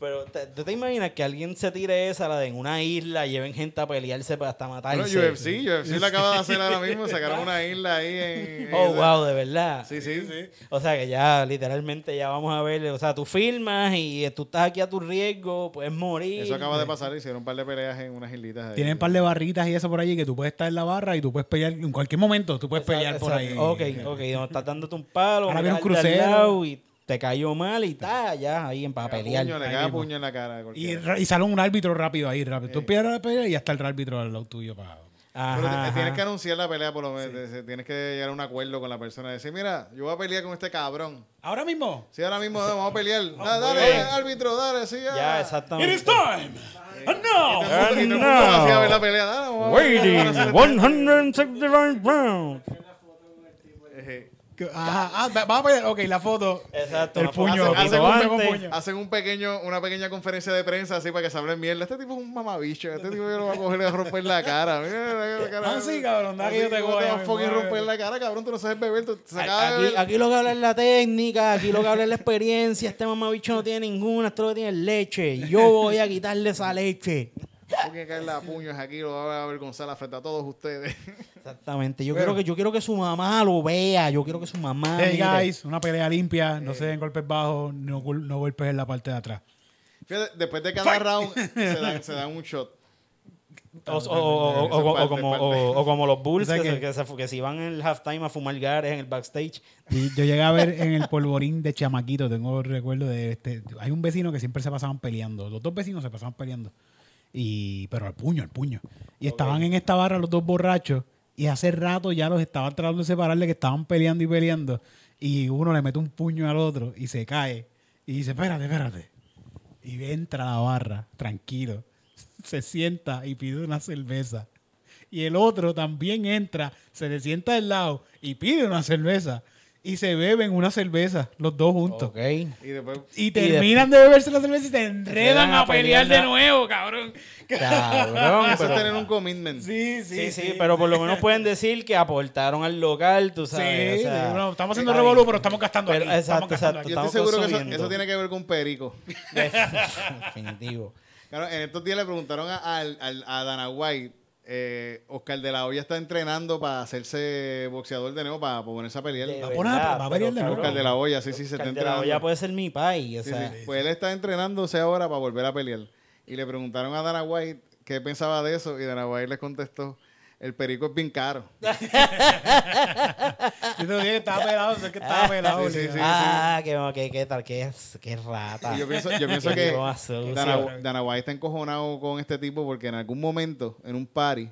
Speaker 2: Pero ¿te- ¿tú te imaginas que alguien se tire esa, la de en una isla, lleven gente a pelearse para hasta matarse? Oh,
Speaker 4: Bueno, UFC, UFC lo acaba de hacer ahora mismo. Sacaron una isla ahí en.
Speaker 2: Oh, wow, de verdad.
Speaker 4: Sí, sí, sí.
Speaker 2: O sea que ya literalmente ya vamos a ver, o sea, tú filmas y eh, tú estás aquí a tu riesgo, puedes morir.
Speaker 4: Eso acaba de pasar. Hicieron un par de peleas en unas islitas. ahí.
Speaker 1: Tienen un par de barritas y eso por allí que tú puedes estar en la barra y tú puedes pelear en cualquier momento, tú puedes
Speaker 2: Exacto,
Speaker 1: pelear por ahí.
Speaker 2: exacto. Ok, ok, donde estás dándote un palo,
Speaker 1: Ahora viene un
Speaker 2: mirarte al
Speaker 1: crucero.
Speaker 2: lado y te cayó mal y tal, ya ahí en para
Speaker 4: Le caga
Speaker 2: pelear.
Speaker 4: puño, le caga puño en la cara. a
Speaker 1: Y,
Speaker 4: cualquiera.
Speaker 1: ra- y sale un árbitro rápido ahí, rápido. Tú empiezas a pelear y ya está el árbitro al lado tuyo para
Speaker 2: Ajá,
Speaker 4: Pero te-
Speaker 2: ajá.
Speaker 4: tienes que anunciar la pelea, por lo menos. Tienes que llegar a un acuerdo con la persona. Decir, mira, yo voy a pelear con este cabrón.
Speaker 1: Ahora mismo.
Speaker 4: Si ahora mismo vamos a pelear. Da- dale,
Speaker 2: bien.
Speaker 4: árbitro, dale, sí. ah.
Speaker 2: Ya,
Speaker 1: It is
Speaker 2: exactamente.
Speaker 1: time.
Speaker 4: Y
Speaker 1: And now.
Speaker 4: todo el mundo hacía ver la pelea. Dale, vamos a ver, vamos a
Speaker 2: Waiting
Speaker 4: hacer-
Speaker 2: 169 rounds.
Speaker 4: Eje.
Speaker 6: Ajá, ah, va- vamos a pelear. Ok, la foto.
Speaker 2: Exacto.
Speaker 1: El
Speaker 2: una foto
Speaker 1: puño,
Speaker 2: hace
Speaker 4: hace
Speaker 2: poquito
Speaker 4: un
Speaker 1: pego
Speaker 2: antes.
Speaker 1: puño.
Speaker 4: Hacen un pequeño, una pequeña conferencia de prensa así para que se hable mierda. Este tipo es un mamabicho. Este tipo yo lo voy a coger y le voy a romper la cara. Mira, la cara.
Speaker 1: Ah, sí, cabrón, da
Speaker 4: Así
Speaker 1: que yo te
Speaker 4: como
Speaker 1: coja,
Speaker 4: va a
Speaker 1: mi
Speaker 4: fucking
Speaker 1: madre.
Speaker 4: romper la cara, cabrón. Tú no sabes beber. Tú se acaba de
Speaker 2: Aquí,
Speaker 4: beber.
Speaker 2: aquí lo que habla es la técnica, aquí lo que habla es la experiencia. Este mamabicho no tiene ninguna, esto lo que tiene es leche. Yo voy a quitarle esa leche.
Speaker 4: Porque caerle a puños aquí lo va a avergonzar la frente a todos ustedes.
Speaker 2: Exactamente. Yo,
Speaker 1: Pero-
Speaker 2: quiero que, yo quiero que su mamá lo vea. Yo quiero que su mamá.
Speaker 1: Hey
Speaker 2: mire.
Speaker 1: guys, una pelea limpia, no se den golpes bajos, no, gol- no golpes en la parte de atrás.
Speaker 4: Fíjate, después de cada round se dan, se dan un shot.
Speaker 2: O, o- o- o- o- o- o como, o- o como los Bulls
Speaker 1: O sea
Speaker 2: que,
Speaker 1: que-
Speaker 2: se, que, se- que se iban en el halftime a fumar gares en el backstage.
Speaker 1: Y yo llegué a ver en el polvorín de chamaquito, tengo el recuerdo de este, hay un vecino que siempre se pasaban peleando, los dos vecinos se pasaban peleando, y pero al puño, al puño. Y estaban en esta barra los dos borrachos, y hace rato ya los estaban tratando de separar de que estaban peleando y peleando, y uno le mete un puño al otro y se cae, y dice, espérate, espérate. Y entra a la barra, tranquilo, se sienta y pide una cerveza. Y el otro también entra, se le sienta al lado y pide una cerveza. Y se beben una cerveza, los dos juntos.
Speaker 2: Ok.
Speaker 4: Y después
Speaker 1: Y terminan de beberse la cerveza y se enredan
Speaker 2: van
Speaker 1: a,
Speaker 2: a
Speaker 1: pelear,
Speaker 2: pelear
Speaker 1: de
Speaker 2: la-
Speaker 1: nuevo, cabrón.
Speaker 2: Cabrón,
Speaker 4: eso es
Speaker 2: pero-
Speaker 4: tener un commitment.
Speaker 1: Sí, sí,
Speaker 2: Sí, sí, pero por lo menos pueden decir que aportaron al local, tú sabes.
Speaker 1: Sí,
Speaker 2: o sea,
Speaker 1: bueno, estamos haciendo
Speaker 2: está bien.
Speaker 1: revolú, pero estamos gastando
Speaker 2: Pero-
Speaker 1: aquí.
Speaker 2: exacto,
Speaker 1: estamos
Speaker 4: Yo
Speaker 1: gastando
Speaker 2: exacto.
Speaker 4: estoy
Speaker 2: estamos
Speaker 4: seguro que eso,
Speaker 2: consumiendo.
Speaker 4: eso tiene que ver con un perico.
Speaker 2: Definitivo.
Speaker 4: Claro, en estos días le preguntaron a, al- al- a Dana White, eh, Oscar de la Hoya está entrenando para hacerse boxeador de nuevo, para, para ponerse a pelear.
Speaker 2: De
Speaker 4: Ah,
Speaker 1: poner a-
Speaker 2: verdad,
Speaker 1: va a pelear de
Speaker 2: pero,
Speaker 1: nuevo.
Speaker 4: Oscar de la Hoya, sí, sí, se está
Speaker 2: Oscar de la
Speaker 4: entrenando.
Speaker 2: olla puede ser mi pai, o
Speaker 4: Sí,
Speaker 2: sea.
Speaker 4: sí. Pues él está entrenándose ahora para volver a pelear. Y le preguntaron a Dana White qué pensaba de eso, y Dana White les contestó, el perico es bien caro.
Speaker 1: Yo te dije que estaba pelado, es que estaba pelado.
Speaker 4: Sí, sí, sí.
Speaker 2: ah, qué, qué, qué tal, qué, qué rata.
Speaker 4: Y yo pienso, yo pienso
Speaker 2: Qué
Speaker 4: que
Speaker 2: tipo más sucio.
Speaker 4: Dana, Dana White está encojonado con este tipo porque en algún momento, en un party,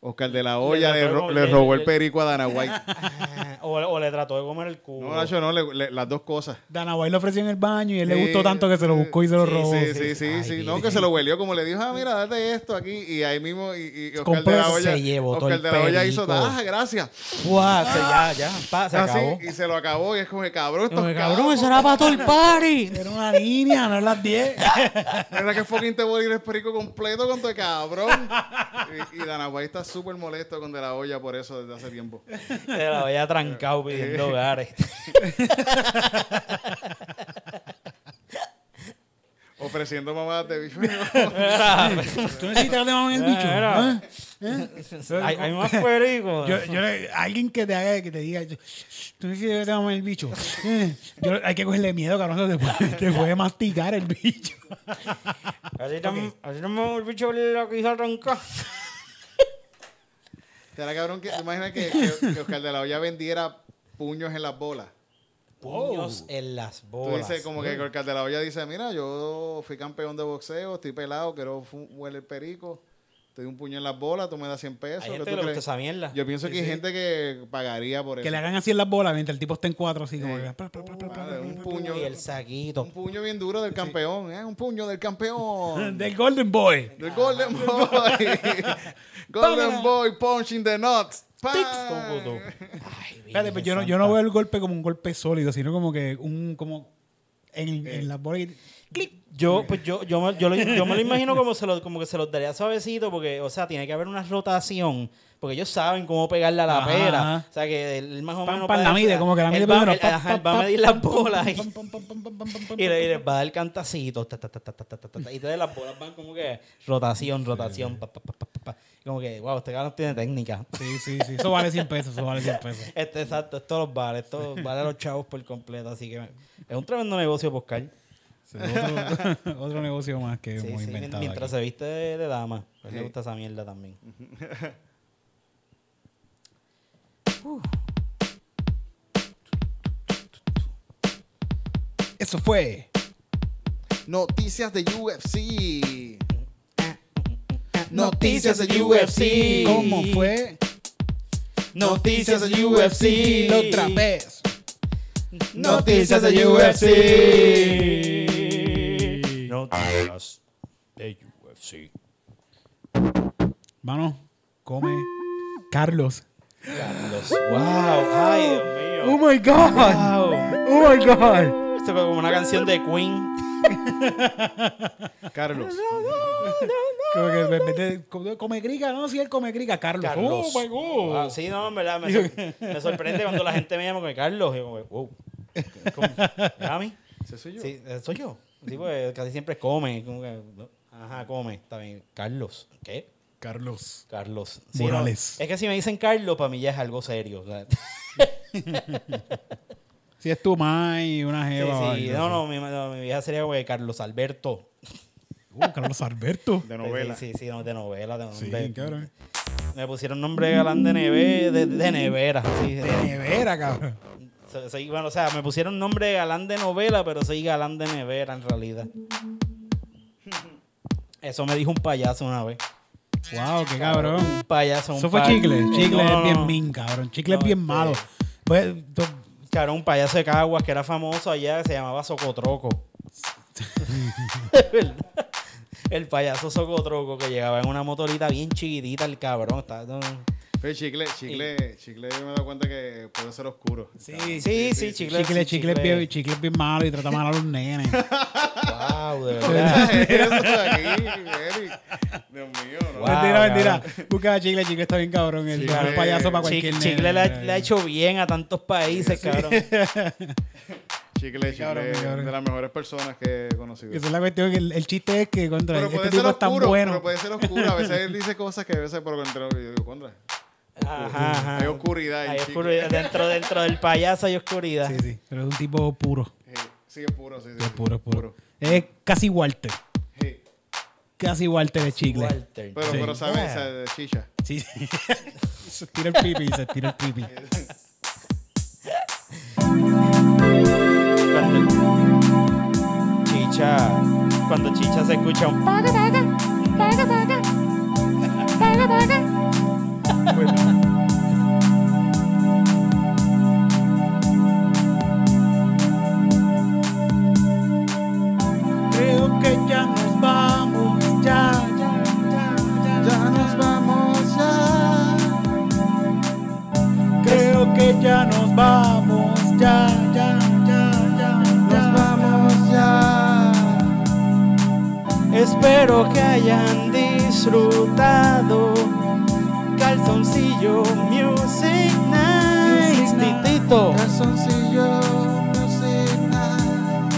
Speaker 4: Oscar de la Hoya
Speaker 2: Le
Speaker 4: le,
Speaker 2: tocó
Speaker 4: ro-
Speaker 2: el-
Speaker 4: le
Speaker 2: el-
Speaker 4: robó el
Speaker 2: el-
Speaker 4: perico a Dana White.
Speaker 2: Ah, o, o le trató de comer el culo.
Speaker 4: No, Nacho, no, le- le- las dos cosas.
Speaker 1: Danaway lo ofreció en el baño y él le
Speaker 4: Sí,
Speaker 1: gustó tanto que se lo buscó y se lo
Speaker 4: sí,
Speaker 1: robó.
Speaker 4: Sí, sí, sí,
Speaker 2: Oh, Ay,
Speaker 4: sí.
Speaker 2: mire.
Speaker 4: No, que se lo huelió como le dijo, ah, mira, date esto aquí. Y ahí mismo, y, y Oscar
Speaker 1: Completo.
Speaker 4: de la Hoya,
Speaker 2: Se llevó todo
Speaker 4: Oscar
Speaker 2: el
Speaker 4: de la Hoya hizo,
Speaker 2: perico.
Speaker 4: ah, gracias.
Speaker 2: Guau, se- ya, ya, pa, se
Speaker 4: Así,
Speaker 2: acabó.
Speaker 4: y se lo acabó. Y es como, cabrón, estos
Speaker 2: Yo, Cabrón,
Speaker 4: cabros.
Speaker 2: eso era para todo el party.
Speaker 1: Era una línea, no las 10.
Speaker 4: ¿Verdad que fucking te voy a ir el perico completo con tu cabrón? y, y Dana White está súper molesto con de la Hoya por eso desde hace tiempo.
Speaker 2: Se la había trancado pidiendo hogares.
Speaker 4: Ofreciendo mamadas de bicho.
Speaker 1: Tú necesitas que te mamen el bicho.
Speaker 2: Era.
Speaker 1: ¿eh?
Speaker 2: hay, hay más pericos.
Speaker 1: Yo, yo le- alguien que te haga, que te diga, yo- tú necesitas que te mamen el bicho. Eh, yo- hay que cogerle miedo, cabrón, que te puede, te puede masticar el bicho.
Speaker 2: Así tam- así no el bicho lo quiso arrancar.
Speaker 4: Te hará cabrón que, imagina que, que- que Oscar de la Hoya vendiera puños en las bolas.
Speaker 2: Puños en las
Speaker 4: Tú
Speaker 2: bolas.
Speaker 4: dices como que el alcalde de la olla dice, mira, yo fui campeón de boxeo, estoy pelado, quiero fu- huele el perico, te doy un puño en las bolas, tú me das 100 pesos.
Speaker 2: Hay
Speaker 4: ¿qué
Speaker 2: gente
Speaker 4: tú
Speaker 2: que le gusta
Speaker 4: crees?
Speaker 2: esa mierda.
Speaker 4: Yo pienso que hay gente que pagaría por
Speaker 1: Que
Speaker 4: eso.
Speaker 1: le hagan así en las bolas mientras el tipo está en cuatro, así como que. pla, pla, pla, pla, pla,
Speaker 4: Madre, un puño,
Speaker 2: Y el saquito.
Speaker 4: un puño bien duro del campeón, ¿eh? un puño del
Speaker 1: pla.
Speaker 4: campeón.
Speaker 1: Del Golden Boy.
Speaker 4: del Golden
Speaker 2: Ah.
Speaker 4: Boy. Golden Boy punching the nuts. Pa.
Speaker 2: Ay,
Speaker 1: Espérate, pero yo no, yo no veo el golpe como un golpe sólido, sino como que un. como En, en las bolas. y-
Speaker 2: Yo, pues yo, yo, me, yo, lo- yo me lo imagino como, se lo, como que se los daría suavecito, porque, o sea, tiene que haber una rotación, porque ellos saben cómo pegarle a la
Speaker 1: Ajá,
Speaker 2: pera.
Speaker 1: ajá.
Speaker 2: O sea, que él más o
Speaker 1: Pam,
Speaker 2: menos.
Speaker 1: pam, la
Speaker 2: puede-
Speaker 1: mide, como que la
Speaker 2: él
Speaker 1: mide
Speaker 2: va,
Speaker 1: primero,
Speaker 2: él-
Speaker 1: pam,
Speaker 2: ajá, él
Speaker 1: pam,
Speaker 2: va a
Speaker 1: pam,
Speaker 2: medir
Speaker 1: pam,
Speaker 2: las
Speaker 1: pam,
Speaker 2: bolas
Speaker 1: pam,
Speaker 2: y,
Speaker 1: pam, pam, pam, pam, pam, pam, pam, pam,
Speaker 2: y le, y le va a dar cantacito. ta, ta, ta, ta, ta, ta, ta, ta, ta, y entonces las bolas van como que rotación, rotación. pa, pa, pa, pa, pa, pa. Como que, wow, este cabrón tiene técnica.
Speaker 1: Sí, sí, sí. Eso vale 100 pesos, eso vale 100 pesos.
Speaker 2: Este, exacto, esto los vale, esto vale a los chavos por completo. Así que es un tremendo negocio, Oscar.
Speaker 1: Otro, otro negocio más que
Speaker 2: Sí,
Speaker 1: hemos
Speaker 2: sí,
Speaker 1: inventado.
Speaker 2: mientras
Speaker 1: aquí.
Speaker 2: se viste de, de dama. A él le
Speaker 4: Sí.
Speaker 2: gusta esa mierda también.
Speaker 1: Eso fue.
Speaker 4: Noticias de UFC.
Speaker 2: Noticias del UFC.
Speaker 1: ¿Cómo fue?
Speaker 2: Noticias del UFC.
Speaker 1: La otra vez.
Speaker 2: Noticias del UFC.
Speaker 1: Ah.
Speaker 3: Noticias de UFC.
Speaker 1: Mano, come. Carlos.
Speaker 2: Carlos. Wow. Ay, Dios mío.
Speaker 1: Oh my God.
Speaker 2: Wow.
Speaker 1: Oh my God.
Speaker 2: Esto fue como una canción de
Speaker 1: Oh
Speaker 2: Queen.
Speaker 4: Carlos.
Speaker 1: Como que en vez de- como- come griga, no, si él come griga, Carlos.
Speaker 2: Carlos.
Speaker 1: Oh my God.
Speaker 2: Wow, sí, no, en verdad. Me, sor- me sorprende cuando la gente me llama con Carlos. Y yo, como, wow. ¿Cómo? ¿Yami?
Speaker 4: ¿Ese soy yo?
Speaker 2: Sí, eh, soy yo. Sí, pues casi siempre come. como que, no. Ajá, come. Está bien. Carlos. ¿Qué?
Speaker 1: Carlos.
Speaker 2: Carlos.
Speaker 1: Morales.
Speaker 2: no, es que si me dicen Carlos, para mí ya es algo serio. o sea,
Speaker 1: Si es tu mai, una
Speaker 2: sí,
Speaker 1: jeva. o
Speaker 2: sí,
Speaker 1: algo
Speaker 2: no, no,
Speaker 1: así.
Speaker 2: mi, no, mi vieja sería como que Carlos Alberto.
Speaker 1: Uh, Carlos Alberto.
Speaker 4: De novela.
Speaker 2: Sí, sí, sí, no, de novela. De,
Speaker 1: Sí,
Speaker 2: de-
Speaker 1: cabrón.
Speaker 2: Me pusieron nombre de galán de, neve, de, de nevera. sí, de-
Speaker 1: Nevera, cabrón.
Speaker 2: so- soy- bueno, o sea, me pusieron nombre de galán de novela, pero soy galán de nevera en realidad. Eso me dijo un payaso una vez.
Speaker 1: Wow, qué cabrón.
Speaker 2: Un payaso. un
Speaker 1: Eso fue
Speaker 2: pa- Eh,
Speaker 1: chicle. Chicle
Speaker 2: No,
Speaker 1: es
Speaker 2: no,
Speaker 1: bien
Speaker 2: no.
Speaker 1: min, cabrón. Chicle
Speaker 2: No,
Speaker 1: es bien
Speaker 2: este-
Speaker 1: malo. Pues, to-
Speaker 2: Claro, un payaso de Caguas que era famoso allá, se llamaba Socotroco. el payaso Socotroco que llegaba en una motorita bien chiquitita, el cabrón. estaba- no, no.
Speaker 4: Pero chicle, chicle, chicle, yo me he dado cuenta que puede ser oscuro.
Speaker 2: Sí, sí, chicle.
Speaker 1: chicle, chicle, es
Speaker 2: chicle.
Speaker 1: bien, chicle es bien malo y trata mal a los nenes.
Speaker 2: Wow, de verdad.
Speaker 4: Ah, eso aquí, Eric. Dios mío, ¿no?
Speaker 2: Wow,
Speaker 1: mentira, mentira.
Speaker 2: cabrón.
Speaker 1: Busca a chicle, chicle está bien cabrón. El
Speaker 4: Chicle.
Speaker 1: el payaso para
Speaker 2: Chi-
Speaker 1: cualquier nene.
Speaker 2: Chicle le ha, le ha hecho bien a tantos países, cabrón.
Speaker 4: Chicle, chicle,
Speaker 1: cabrón, qué cabrón.
Speaker 4: de las mejores personas que he conocido.
Speaker 1: Esa es la cuestión. El, el chiste es que contra
Speaker 4: Pero
Speaker 1: este
Speaker 4: puede
Speaker 1: tipo
Speaker 4: ser
Speaker 1: es tan
Speaker 4: oscuro,
Speaker 1: bueno.
Speaker 4: pero puede ser oscuro. A veces él dice cosas que a veces por dentro yo digo, contra.
Speaker 2: Ajá, ajá.
Speaker 4: Hay oscuridad en
Speaker 2: Hay
Speaker 4: chicle.
Speaker 2: oscuridad. Dentro, dentro del payaso hay oscuridad.
Speaker 1: Sí, sí. Pero es un tipo puro.
Speaker 4: Sí, sí, es puro, sí, sí.
Speaker 1: Es
Speaker 4: sí,
Speaker 1: puro, es puro. Es casi Walter.
Speaker 4: Sí.
Speaker 1: Casi Walter de chicle.
Speaker 2: Walter. Ah.
Speaker 4: Pero,
Speaker 1: Sí.
Speaker 4: pero sabe,
Speaker 2: Yeah.
Speaker 4: esa de chicha.
Speaker 1: Sí. se tira el pipi, se tira el pipi.
Speaker 2: Cuando Chicha. Cuando Chicha se escucha un.
Speaker 7: Baga baga, baga baga, baga baga.
Speaker 1: Creo que ya nos vamos, ya, ya, ya, ya, nos vamos, ya. Creo que ya nos vamos, ya, ya, ya, ya, nos vamos, ya.
Speaker 2: Espero que hayan disfrutado. Calzoncillo Music Night. Titito.
Speaker 1: Calzoncillo, music night.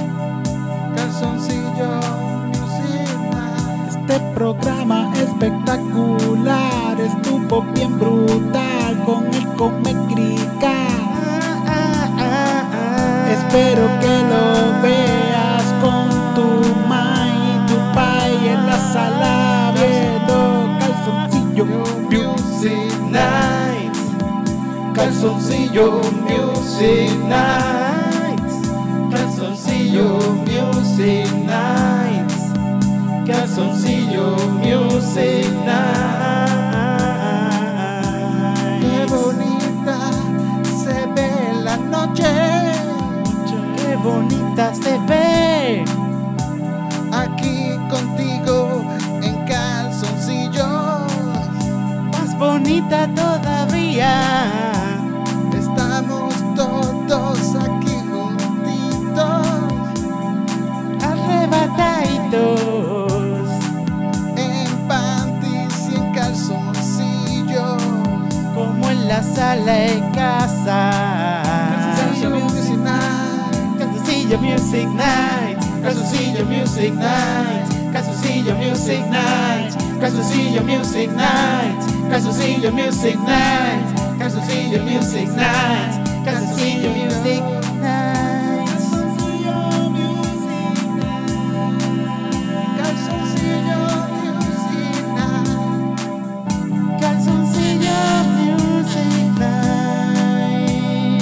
Speaker 1: Calzoncillo, music night. Este programa espectacular, estuvo bien brutal con el Come Crica. Espero que lo veas con tu ma y tu pai en la sala viendo calzoncillo music
Speaker 2: Night.
Speaker 1: Calzoncillo Music
Speaker 2: Night. Calzoncillo Music Night. Calzoncillo Music Night. Qué bonita se ve la noche. Qué bonita se ve.
Speaker 8: aquí contigo en calzoncillo.
Speaker 2: Más bonita todavía.
Speaker 8: Estamos todos aquí juntitos
Speaker 2: Arrebataditos
Speaker 8: en panties y en calzoncillo.
Speaker 2: como en la sala de casa.
Speaker 8: Calzoncillo Music Night.
Speaker 2: Calzoncillo Music Night, Calzoncillo Music Night, Calzoncillo Music Night, Calzoncillo Music Night, Calzoncillo Music Night, Calzoncillo Music Night, Calzoncillo Music Night.
Speaker 8: Calzoncillo Music Night.
Speaker 2: Calzoncillo Music Night.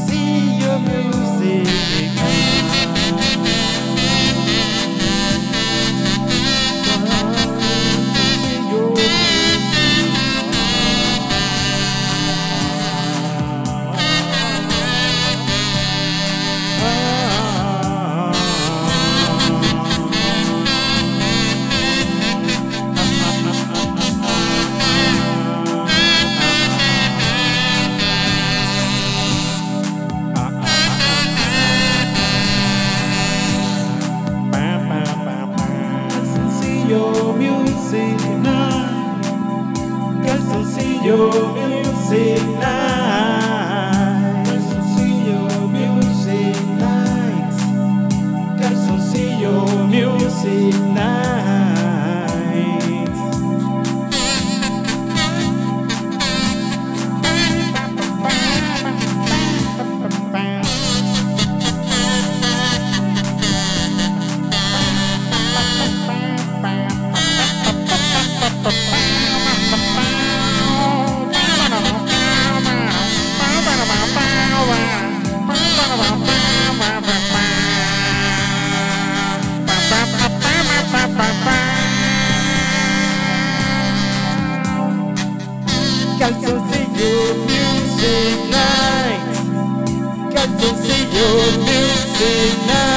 Speaker 2: Calzoncillo Music Night.
Speaker 9: calzoncillo Music Night.